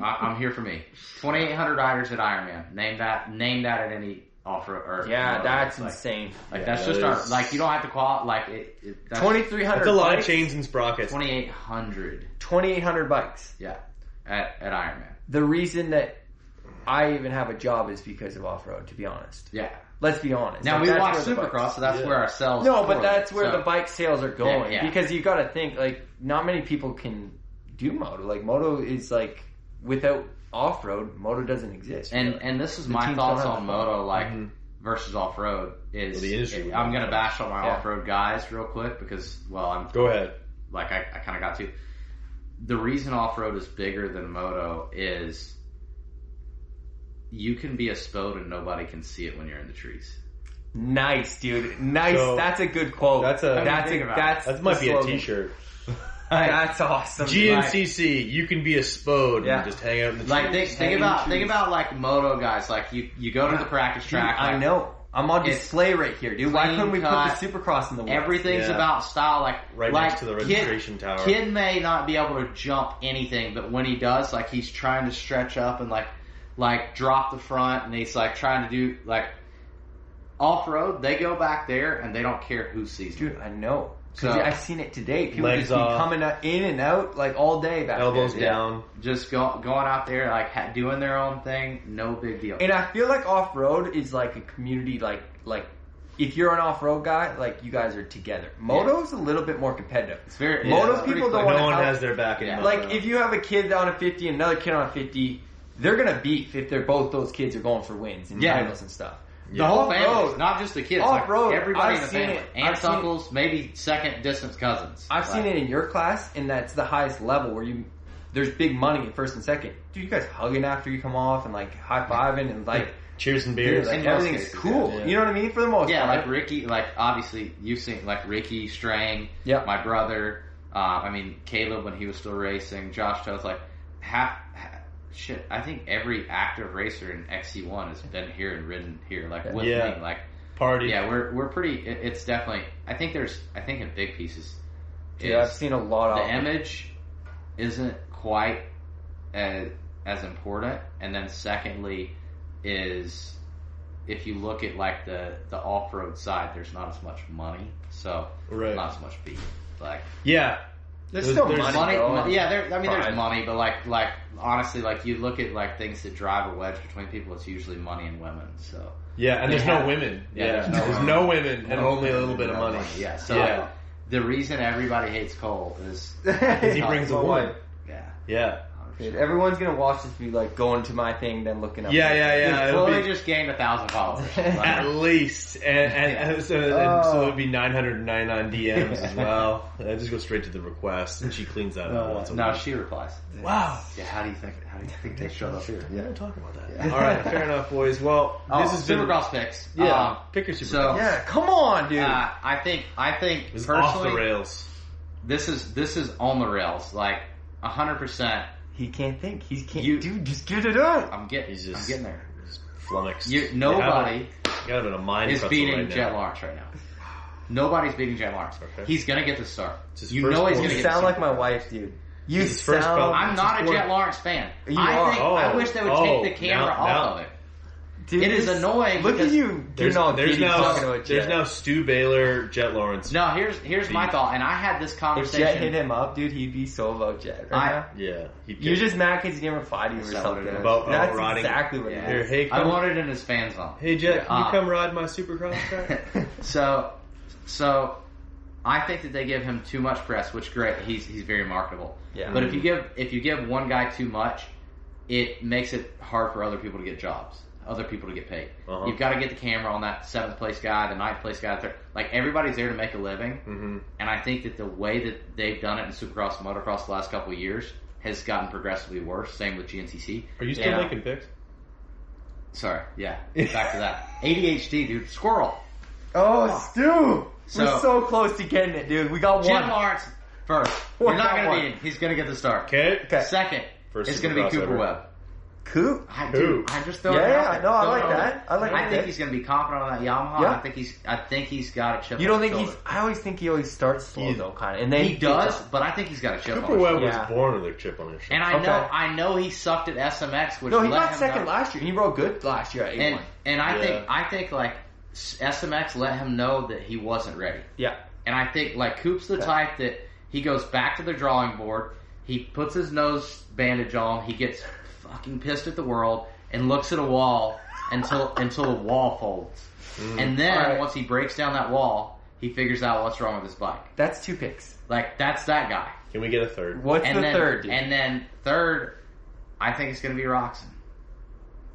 Speaker 2: I, I'm here for me. Twenty eight hundred riders at Ironman. Name that name that at any off road or
Speaker 3: Yeah,
Speaker 2: no,
Speaker 3: that's
Speaker 2: like,
Speaker 3: insane.
Speaker 2: like
Speaker 1: Yeah,
Speaker 2: that's
Speaker 1: that
Speaker 2: just our
Speaker 1: is-
Speaker 2: like you don't have to qual like it, it that's
Speaker 3: Twenty three hundred.
Speaker 1: That's a lot of chains and sprockets.
Speaker 2: twenty eight hundred.
Speaker 3: Twenty eight hundred bikes.
Speaker 2: Yeah. At at Ironman.
Speaker 3: The reason that I even have a job is because of off road. To be honest,
Speaker 2: Yeah.
Speaker 3: let's be honest.
Speaker 2: Now
Speaker 3: Like,
Speaker 2: we
Speaker 3: that's
Speaker 2: watch
Speaker 3: where the bikes-
Speaker 2: Supercross, so that's
Speaker 1: Yeah.
Speaker 2: where our sales
Speaker 3: No, but
Speaker 2: correlate,
Speaker 3: that's where
Speaker 2: so-
Speaker 3: the bike sales are going
Speaker 2: Yeah, yeah.
Speaker 3: because you got to think like not many people can do moto. Like moto is like without off road, moto doesn't exist.
Speaker 2: And
Speaker 3: really.
Speaker 2: and this is
Speaker 3: The
Speaker 2: my
Speaker 3: teams
Speaker 2: thoughts
Speaker 3: don't have
Speaker 2: on
Speaker 3: the fun. Mm-hmm.
Speaker 1: Mm-hmm.
Speaker 2: Moto. Like versus off road is.
Speaker 1: Well, the industry
Speaker 2: I'm going to bash on my
Speaker 3: Yeah.
Speaker 2: off road guys real quick because well, I'm
Speaker 1: Go ahead.
Speaker 2: like I, I kind of got to. The reason off road is bigger than moto is you can be a spode and nobody can see it when you're in the trees.
Speaker 3: Nice, dude. Nice.
Speaker 1: So-
Speaker 3: that's a good quote.
Speaker 1: That's a-
Speaker 3: that's a,
Speaker 2: Think about it.
Speaker 3: that's
Speaker 1: That might
Speaker 3: the
Speaker 1: be a
Speaker 3: slogan.
Speaker 1: T-shirt.
Speaker 3: That's awesome. dude.
Speaker 1: GNCC, you can be a spode
Speaker 3: Yeah.
Speaker 1: and just hang out in the
Speaker 2: Like
Speaker 1: trees.
Speaker 2: think, think about think about like moto guys. Like you you go to the practice
Speaker 3: Dude,
Speaker 2: track.
Speaker 3: I
Speaker 2: like,
Speaker 3: know. I'm on
Speaker 2: It's
Speaker 3: display right here, dude. Why
Speaker 2: clean
Speaker 3: couldn't we put the
Speaker 2: cut.
Speaker 3: Supercross in the wall?
Speaker 2: Everything's
Speaker 1: Yeah.
Speaker 2: about style. Like
Speaker 1: Right
Speaker 2: like,
Speaker 1: next to the
Speaker 2: Kid-
Speaker 1: registration tower.
Speaker 2: Kid may not be able to jump anything, but when he does, like he's trying to stretch up and like like drop the front, and he's like trying to do like off road. They go back there and they don't care who sees them.
Speaker 3: Dude, I know. 'Cause
Speaker 2: So-
Speaker 3: I've seen it today. People
Speaker 1: Legs
Speaker 3: just be
Speaker 1: off.
Speaker 3: coming out- in and out like all day back
Speaker 1: elbows
Speaker 3: there.
Speaker 2: Yeah.
Speaker 1: down.
Speaker 2: Just go, going out there like ha- doing their own thing. No big deal.
Speaker 3: And I feel like off road is like a community. Like like if you're an off road guy, like you guys are together. Moto's a little bit more competitive.
Speaker 2: it's very
Speaker 3: Moto
Speaker 2: it's pretty
Speaker 3: people don't
Speaker 2: quick.
Speaker 3: wanna
Speaker 1: No one
Speaker 3: help.
Speaker 1: has their back
Speaker 2: Yeah.
Speaker 1: anymore.
Speaker 3: Like if you have a kid on a fifty and another kid on a fifty, they're gonna beef if they're both those kids are going for wins and
Speaker 2: Yeah.
Speaker 3: titles and stuff.
Speaker 2: The whole
Speaker 3: Off-road.
Speaker 2: family, not just the kids. like,
Speaker 3: Off-road, I've
Speaker 2: everybody in the
Speaker 3: seen
Speaker 2: family,
Speaker 3: it. I've
Speaker 2: aunts,
Speaker 3: seen it.
Speaker 2: uncles, maybe second distance cousins.
Speaker 3: I've
Speaker 2: Like,
Speaker 3: seen it in your class, and that's the highest level where you there's big money in first and second. Dude, you guys hugging after you come off and like high fiving and like
Speaker 1: cheers and
Speaker 3: dude,
Speaker 1: beers.
Speaker 3: like
Speaker 2: in most
Speaker 3: everything's
Speaker 2: cases,
Speaker 3: cool.
Speaker 1: yeah.
Speaker 3: You know what I mean? For the most
Speaker 2: Yeah,
Speaker 3: part.
Speaker 2: like Ricky, like obviously you've seen like Ricky Strang,
Speaker 3: Yep.
Speaker 2: my brother. Uh, I mean Caleb when he was still racing, Josh Toth, like half, ha shit. I think every active racer in XC1 has been here and ridden here, like with
Speaker 1: Yeah.
Speaker 2: me. Like
Speaker 1: Party.
Speaker 2: yeah, we're we're pretty. It, it's definitely. I think there's. I think a big piece is,
Speaker 3: Dude, I've
Speaker 2: is
Speaker 3: seen a lot
Speaker 2: the
Speaker 3: of
Speaker 2: image isn't quite as as important and then secondly is if you look at like the the off-road side there's not as much money so
Speaker 1: Right.
Speaker 2: not as much beef like
Speaker 1: Yeah.
Speaker 3: There's
Speaker 1: There's-
Speaker 3: still
Speaker 1: there's
Speaker 3: money.
Speaker 2: money,
Speaker 3: bro,
Speaker 2: mo-
Speaker 3: and-
Speaker 2: yeah there i mean
Speaker 3: pride.
Speaker 2: there's money but like like honestly like you look at like things that drive a wedge between people it's usually money and women so
Speaker 1: Yeah, and
Speaker 2: They
Speaker 1: there's
Speaker 2: have-
Speaker 1: no women.
Speaker 2: Yeah,
Speaker 1: Yeah,
Speaker 2: there's
Speaker 1: there's,
Speaker 2: no
Speaker 1: no,
Speaker 2: women.
Speaker 1: women and only a little bit of money.
Speaker 2: yeah so
Speaker 1: Yeah.
Speaker 2: the reason everybody hates cole is
Speaker 1: he brings a woman.
Speaker 2: yeah
Speaker 1: Yeah,
Speaker 3: Dude, everyone's gonna watch this and be like going to my thing, then looking up.
Speaker 1: yeah, yeah, yeah.
Speaker 2: well,
Speaker 1: it'll
Speaker 2: they
Speaker 1: be
Speaker 2: just gained a thousand followers.
Speaker 1: at
Speaker 2: Like,
Speaker 1: least, and, and, and so, and
Speaker 2: Oh.
Speaker 1: so it'd be 999 DMs as well. I just go straight to the request, and she cleans that up once a
Speaker 2: no,
Speaker 1: week.
Speaker 2: she replies.
Speaker 1: Wow.
Speaker 2: Yeah, how do you think? How do you think they showed up here?
Speaker 1: We don't talk about that. All right, fair enough, boys. Well,
Speaker 2: Oh,
Speaker 1: this is
Speaker 2: Supercross picks.
Speaker 1: Yeah,
Speaker 2: Um,
Speaker 1: pick your Supercross.
Speaker 2: so
Speaker 3: Yeah, come on, dude.
Speaker 2: uh, I think I think
Speaker 1: this is off the
Speaker 2: personally
Speaker 1: rails.
Speaker 2: this is this is on the rails. Like hundred percent.
Speaker 3: he can't think. He can't.
Speaker 2: you-
Speaker 3: dude, just get it out.
Speaker 2: I'm getting.
Speaker 1: He's just-
Speaker 2: I'm getting there.
Speaker 1: Just flummoxed.
Speaker 2: You, nobody
Speaker 1: got in a mind
Speaker 2: is
Speaker 1: pretzel
Speaker 2: beating
Speaker 1: right
Speaker 2: Jet
Speaker 1: now.
Speaker 2: Lawrence right now. Nobody's beating Jet Lawrence.
Speaker 1: Okay.
Speaker 2: He's gonna get the start.
Speaker 1: It's his
Speaker 2: You
Speaker 1: first
Speaker 2: know he's
Speaker 1: pole.
Speaker 2: gonna
Speaker 3: You
Speaker 2: get
Speaker 3: sound
Speaker 2: the
Speaker 3: like
Speaker 2: start.
Speaker 3: my wife, dude. You
Speaker 1: His first
Speaker 3: sound.
Speaker 1: belt.
Speaker 2: I'm not a
Speaker 1: Well,
Speaker 2: Jet Lawrence fan.
Speaker 3: You
Speaker 2: I
Speaker 3: are.
Speaker 2: think I
Speaker 1: Oh.
Speaker 2: wish they would
Speaker 1: Oh,
Speaker 2: take the camera
Speaker 1: now-
Speaker 2: off
Speaker 1: now-
Speaker 2: of it.
Speaker 3: Dude,
Speaker 2: It is
Speaker 3: this-
Speaker 2: annoying
Speaker 3: Look at
Speaker 2: because
Speaker 3: you.
Speaker 1: There's,
Speaker 3: Getting all
Speaker 1: there's
Speaker 3: giddy talking
Speaker 1: now
Speaker 3: about
Speaker 1: there's
Speaker 3: Jet.
Speaker 1: now Stu Baylor, Jet Lawrence.
Speaker 2: No, here's here's my
Speaker 1: Beat.
Speaker 2: thought, and I had this
Speaker 3: If Jet hit
Speaker 2: conversation.
Speaker 3: him up, dude, he'd be so about Jet. Right
Speaker 2: I-
Speaker 3: now.
Speaker 1: Yeah, he
Speaker 3: You're just mad because you never fight him or
Speaker 2: Is that what it
Speaker 3: something.
Speaker 2: is?
Speaker 1: About-
Speaker 3: That's
Speaker 1: about riding-
Speaker 3: exactly what
Speaker 2: Yeah.
Speaker 3: it
Speaker 1: Here,
Speaker 3: is.
Speaker 1: hey,
Speaker 2: I
Speaker 1: come-
Speaker 2: wanted in his fan zone.
Speaker 1: Hey Jet, can
Speaker 2: Uh,
Speaker 1: you come ride my Supercross track?
Speaker 2: so, so I think that they give him too much press, which great, he's he's very marketable.
Speaker 3: Yeah.
Speaker 2: But if you give if you give one guy too much, it makes it hard for other people to get jobs, other people to get paid.
Speaker 1: Uh-huh.
Speaker 2: You've got to get the camera on that seventh place guy, the ninth place guy. the third- Like everybody's there to make a living,
Speaker 1: mm-hmm.
Speaker 2: and I think that the way that they've done it in Supercross and Motocross the last couple of years has gotten progressively worse. Same with GNCC.
Speaker 1: Are you still
Speaker 2: Yeah.
Speaker 1: making picks?
Speaker 2: Sorry, yeah. Back to that. ADHD, dude. Squirrel.
Speaker 3: Oh, Stu,
Speaker 2: So-
Speaker 3: we're so close to getting it, dude. We got
Speaker 2: Jim
Speaker 3: one.
Speaker 2: Lawrence first.
Speaker 3: One
Speaker 2: You're not
Speaker 3: on
Speaker 2: gonna
Speaker 3: one.
Speaker 2: beat him. He's gonna get the start.
Speaker 1: Okay.
Speaker 3: Okay.
Speaker 2: Second,
Speaker 1: First
Speaker 2: it's gonna be
Speaker 1: Supercross
Speaker 2: Cooper
Speaker 1: ever.
Speaker 2: Webb.
Speaker 3: Cool.
Speaker 2: I
Speaker 1: Who?
Speaker 2: do. I just throw
Speaker 3: Yeah,
Speaker 2: it out
Speaker 3: yeah,
Speaker 2: there.
Speaker 3: no, I
Speaker 2: Throw it
Speaker 3: like
Speaker 2: out there.
Speaker 3: that. I like
Speaker 2: I
Speaker 3: that.
Speaker 2: think he's gonna be confident on that Yamaha.
Speaker 3: Yeah.
Speaker 2: I think he's. I think he's got a chip.
Speaker 3: You
Speaker 2: on
Speaker 3: don't
Speaker 2: his
Speaker 3: think he's?
Speaker 2: shoulder.
Speaker 3: I always think he always starts slow
Speaker 1: He-
Speaker 3: though, kind of, and then
Speaker 2: He does, but I think he's got a chip. on
Speaker 1: Cooper
Speaker 2: his
Speaker 1: Webb
Speaker 2: shoulder.
Speaker 3: Yeah.
Speaker 1: was born with a chip on his shoulder.
Speaker 2: And I know.
Speaker 3: Okay.
Speaker 2: I know he sucked at SMX, which
Speaker 3: No, he
Speaker 2: let
Speaker 3: got
Speaker 2: him
Speaker 3: second
Speaker 2: down.
Speaker 3: last year. He rode good last year at A
Speaker 2: And
Speaker 3: one.
Speaker 2: and I
Speaker 1: Yeah.
Speaker 2: think I think like SMX let him know that he wasn't ready.
Speaker 3: Yeah,
Speaker 2: And I think like Coop's the
Speaker 3: Okay.
Speaker 2: type that he goes back to the drawing board, he puts his nose bandage on, he gets fucking pissed at the world, and looks at a wall until until the wall folds.
Speaker 1: Mm-hmm.
Speaker 2: And then
Speaker 3: Alright.
Speaker 2: once he breaks down that wall, he figures out what's wrong with his bike.
Speaker 3: that's two picks.
Speaker 2: Like that's that guy.
Speaker 1: Can we get a third?
Speaker 3: What's
Speaker 2: And
Speaker 3: the
Speaker 2: then
Speaker 3: third? Dude?
Speaker 2: and then third, I think it's gonna be Roxon.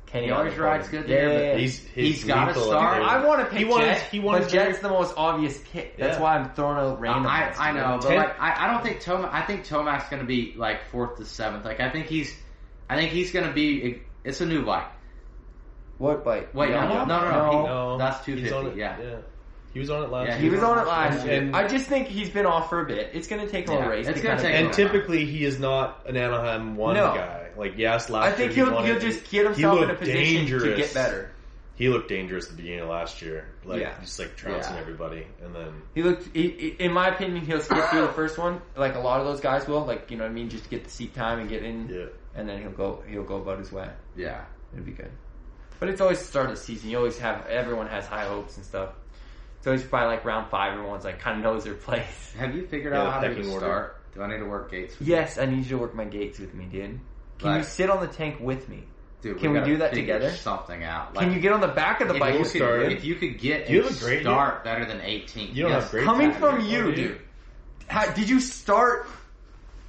Speaker 3: Penny
Speaker 2: He always
Speaker 3: on the
Speaker 2: rides
Speaker 3: corner.
Speaker 2: good
Speaker 3: Yeah,
Speaker 2: there,
Speaker 3: yeah,
Speaker 2: but
Speaker 3: yeah.
Speaker 1: He's his
Speaker 2: He's got a
Speaker 1: lethal
Speaker 2: star.
Speaker 1: upgrade.
Speaker 3: I want to pick
Speaker 5: He wanted-
Speaker 3: Jet,
Speaker 5: he wanted
Speaker 3: but
Speaker 5: very-
Speaker 3: Jet's the most obvious pick. That's
Speaker 1: Yeah.
Speaker 3: why I'm throwing out random.
Speaker 2: I,
Speaker 3: ones.
Speaker 2: I know, but
Speaker 5: Ten-
Speaker 2: like I, I don't think Toma. I think Tomac's going to be like fourth to seventh. Like I think he's, I think he's going to be. It's a new bike.
Speaker 3: What bike?
Speaker 2: Wait, no, no,
Speaker 3: Yamaha?
Speaker 2: no, no. he-
Speaker 1: No,
Speaker 2: that's two
Speaker 1: he's on it.
Speaker 2: fifty. Yeah.
Speaker 1: he was on it last
Speaker 2: Yeah,
Speaker 3: He
Speaker 1: year.
Speaker 3: was on it last
Speaker 1: And-
Speaker 3: year.
Speaker 1: and-
Speaker 3: I just think he's been off for a bit. It's going to take him
Speaker 2: Yeah,
Speaker 3: a race.
Speaker 2: it's
Speaker 3: to
Speaker 2: gonna
Speaker 3: kinda
Speaker 2: take
Speaker 3: figure
Speaker 2: him
Speaker 3: it
Speaker 2: a
Speaker 1: And
Speaker 3: out.
Speaker 2: while.
Speaker 1: typically, he is not an Anaheim one
Speaker 3: No.
Speaker 1: guy. Like yes, last
Speaker 3: I
Speaker 1: year
Speaker 3: think
Speaker 1: he
Speaker 3: he'll
Speaker 1: won
Speaker 3: he'll
Speaker 1: it.
Speaker 3: just get
Speaker 1: He
Speaker 3: himself in a
Speaker 1: looked
Speaker 3: position to
Speaker 1: dangerous.
Speaker 3: get better.
Speaker 1: He looked dangerous at the beginning of last year, like
Speaker 3: Yeah.
Speaker 1: just like trouncing
Speaker 2: Yeah.
Speaker 1: everybody, and then
Speaker 3: He looked, he, he- in my opinion, he'll skip through the first one, like a lot of those guys will. Like you know what I mean, just to get the seat time and get in,
Speaker 1: yeah,
Speaker 3: and then he'll go, he'll go about his way.
Speaker 2: Yeah.
Speaker 3: It'd be good. But it's always the start of the season. You always have everyone has high hopes and stuff. It's always by like round five, everyone's like kind of knows their place.
Speaker 2: Have you figured
Speaker 1: Yeah,
Speaker 2: out how to
Speaker 1: pecking
Speaker 2: even
Speaker 1: order.
Speaker 2: start? Do I need to work gates?
Speaker 3: Yes, I need you to work my gates with me, dude. Can you
Speaker 2: Like-
Speaker 3: sit on the tank with me?
Speaker 2: Dude,
Speaker 3: Can we
Speaker 2: gotta
Speaker 3: do that
Speaker 2: figure
Speaker 3: together?
Speaker 2: Something out.
Speaker 3: Can you get on the back of the
Speaker 2: if
Speaker 3: bike?
Speaker 2: you
Speaker 1: we'll
Speaker 2: could-
Speaker 1: start.
Speaker 2: If you could get
Speaker 1: You
Speaker 2: a
Speaker 1: have a great
Speaker 2: start better than 18.
Speaker 1: you don't
Speaker 2: yes.
Speaker 1: have great
Speaker 3: Coming
Speaker 1: time. Oh,
Speaker 3: from you, dude. How, did you start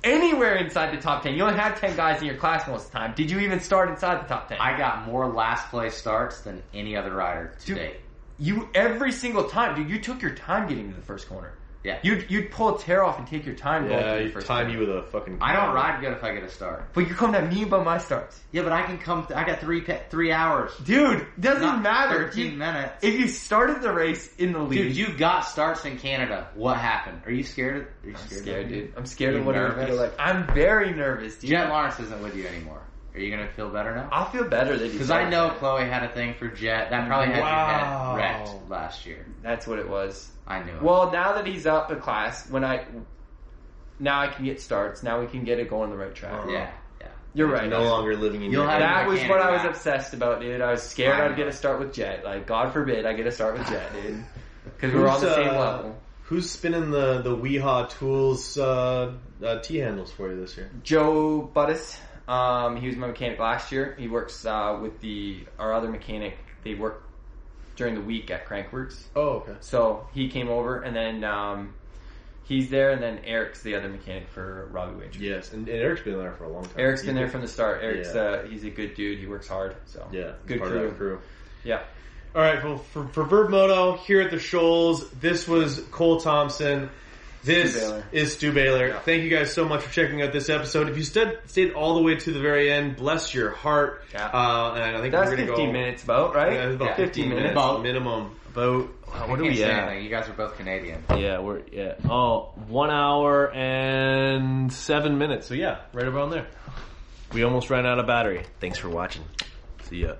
Speaker 3: anywhere inside the top ten? You only have ten guys in your class most of the time. Did you even start inside the top ten?
Speaker 2: I got more last place starts than any other rider
Speaker 3: Dude,
Speaker 2: today.
Speaker 3: you every single time, dude. You took your time getting to the first corner.
Speaker 2: Yeah.
Speaker 3: You'd you'd pull a tear off and take your time going
Speaker 1: Yeah,
Speaker 3: to the
Speaker 1: you
Speaker 3: first
Speaker 1: time
Speaker 3: corner.
Speaker 1: you with a fucking.
Speaker 2: I don't ride good if I get a start.
Speaker 3: But you come at me about my starts,
Speaker 2: Yeah, but I can come. I got three pe- three hours.
Speaker 3: dude. Doesn't
Speaker 2: not
Speaker 3: matter. If
Speaker 2: 13
Speaker 3: you,
Speaker 2: minutes.
Speaker 3: if you started the race in the lead,
Speaker 2: Dude, you got starts in Canada. What happened? Are you scared? Are you
Speaker 3: I'm
Speaker 2: scared,
Speaker 3: scared,
Speaker 2: dude?
Speaker 3: dude. I'm scared
Speaker 2: You
Speaker 3: of what I'm
Speaker 2: nervous?
Speaker 3: feel like. I'm very nervous, dude.
Speaker 2: Jet Lawrence isn't with you anymore. Are you gonna feel better now?
Speaker 3: I feel better that you
Speaker 2: Because
Speaker 3: said
Speaker 2: I know Chloe had a thing for Jet. That probably had
Speaker 1: Wow.
Speaker 2: your head wrecked last year.
Speaker 3: that's what it was.
Speaker 2: I knew it.
Speaker 3: Well, now that he's out of class, when I now I can get starts. Now we can get it going on the right track.
Speaker 1: Uh-huh.
Speaker 2: yeah, yeah.
Speaker 3: You're right.
Speaker 1: No longer living in
Speaker 2: You'll
Speaker 1: your
Speaker 2: have-
Speaker 3: that
Speaker 2: I
Speaker 3: was
Speaker 2: can't
Speaker 3: what I was
Speaker 2: adapt.
Speaker 3: obsessed about, dude. I was scared
Speaker 2: I
Speaker 3: I'd
Speaker 2: know.
Speaker 3: get a start with Jet. Like, God forbid I get a start with Jet, dude. Because
Speaker 1: Who's,
Speaker 3: we're all the same
Speaker 1: uh,
Speaker 3: level.
Speaker 1: Who's spinning the the Weehaw Tools uh, uh, T handles for you this year?
Speaker 3: Joe Buttis, um, he was my mechanic last year. He works uh, with the our other mechanic. They work during the week at Crankworks.
Speaker 1: Oh, okay.
Speaker 3: So he came over, and then um, he's there, and then Eric's the other mechanic for Robbie Wager.
Speaker 1: Yes, and, and Eric's been there for a long time.
Speaker 3: Eric's been
Speaker 1: He-
Speaker 3: there from the start. Eric's
Speaker 1: Yeah.
Speaker 3: uh, he's a good dude. He works hard. So
Speaker 1: Yeah, he's
Speaker 3: good
Speaker 1: part of
Speaker 3: crew.
Speaker 1: that crew.
Speaker 3: Yeah.
Speaker 1: All right. Well, for, for Verb Moto here at the Shoals, this was Cole Thompson. This
Speaker 3: Stu Baylor.
Speaker 1: is Stu Baylor.
Speaker 3: Yeah.
Speaker 1: Thank you guys so much for checking out this episode. If you stayed, stayed all the way to the very end, bless your heart.
Speaker 3: Yeah.
Speaker 1: Uh, and I think
Speaker 3: That's
Speaker 1: we're gonna
Speaker 3: 15
Speaker 1: go,
Speaker 3: minutes about, right?
Speaker 1: Yeah, about 15, minutes
Speaker 2: About-
Speaker 1: minimum. About
Speaker 2: I
Speaker 1: what do
Speaker 2: can't
Speaker 1: we
Speaker 2: say
Speaker 1: at?
Speaker 2: anything. You guys are both Canadian.
Speaker 1: Yeah, we're yeah. Oh, one hour and seven minutes. So yeah, right around there. We almost ran out of battery. Thanks for watching. See ya.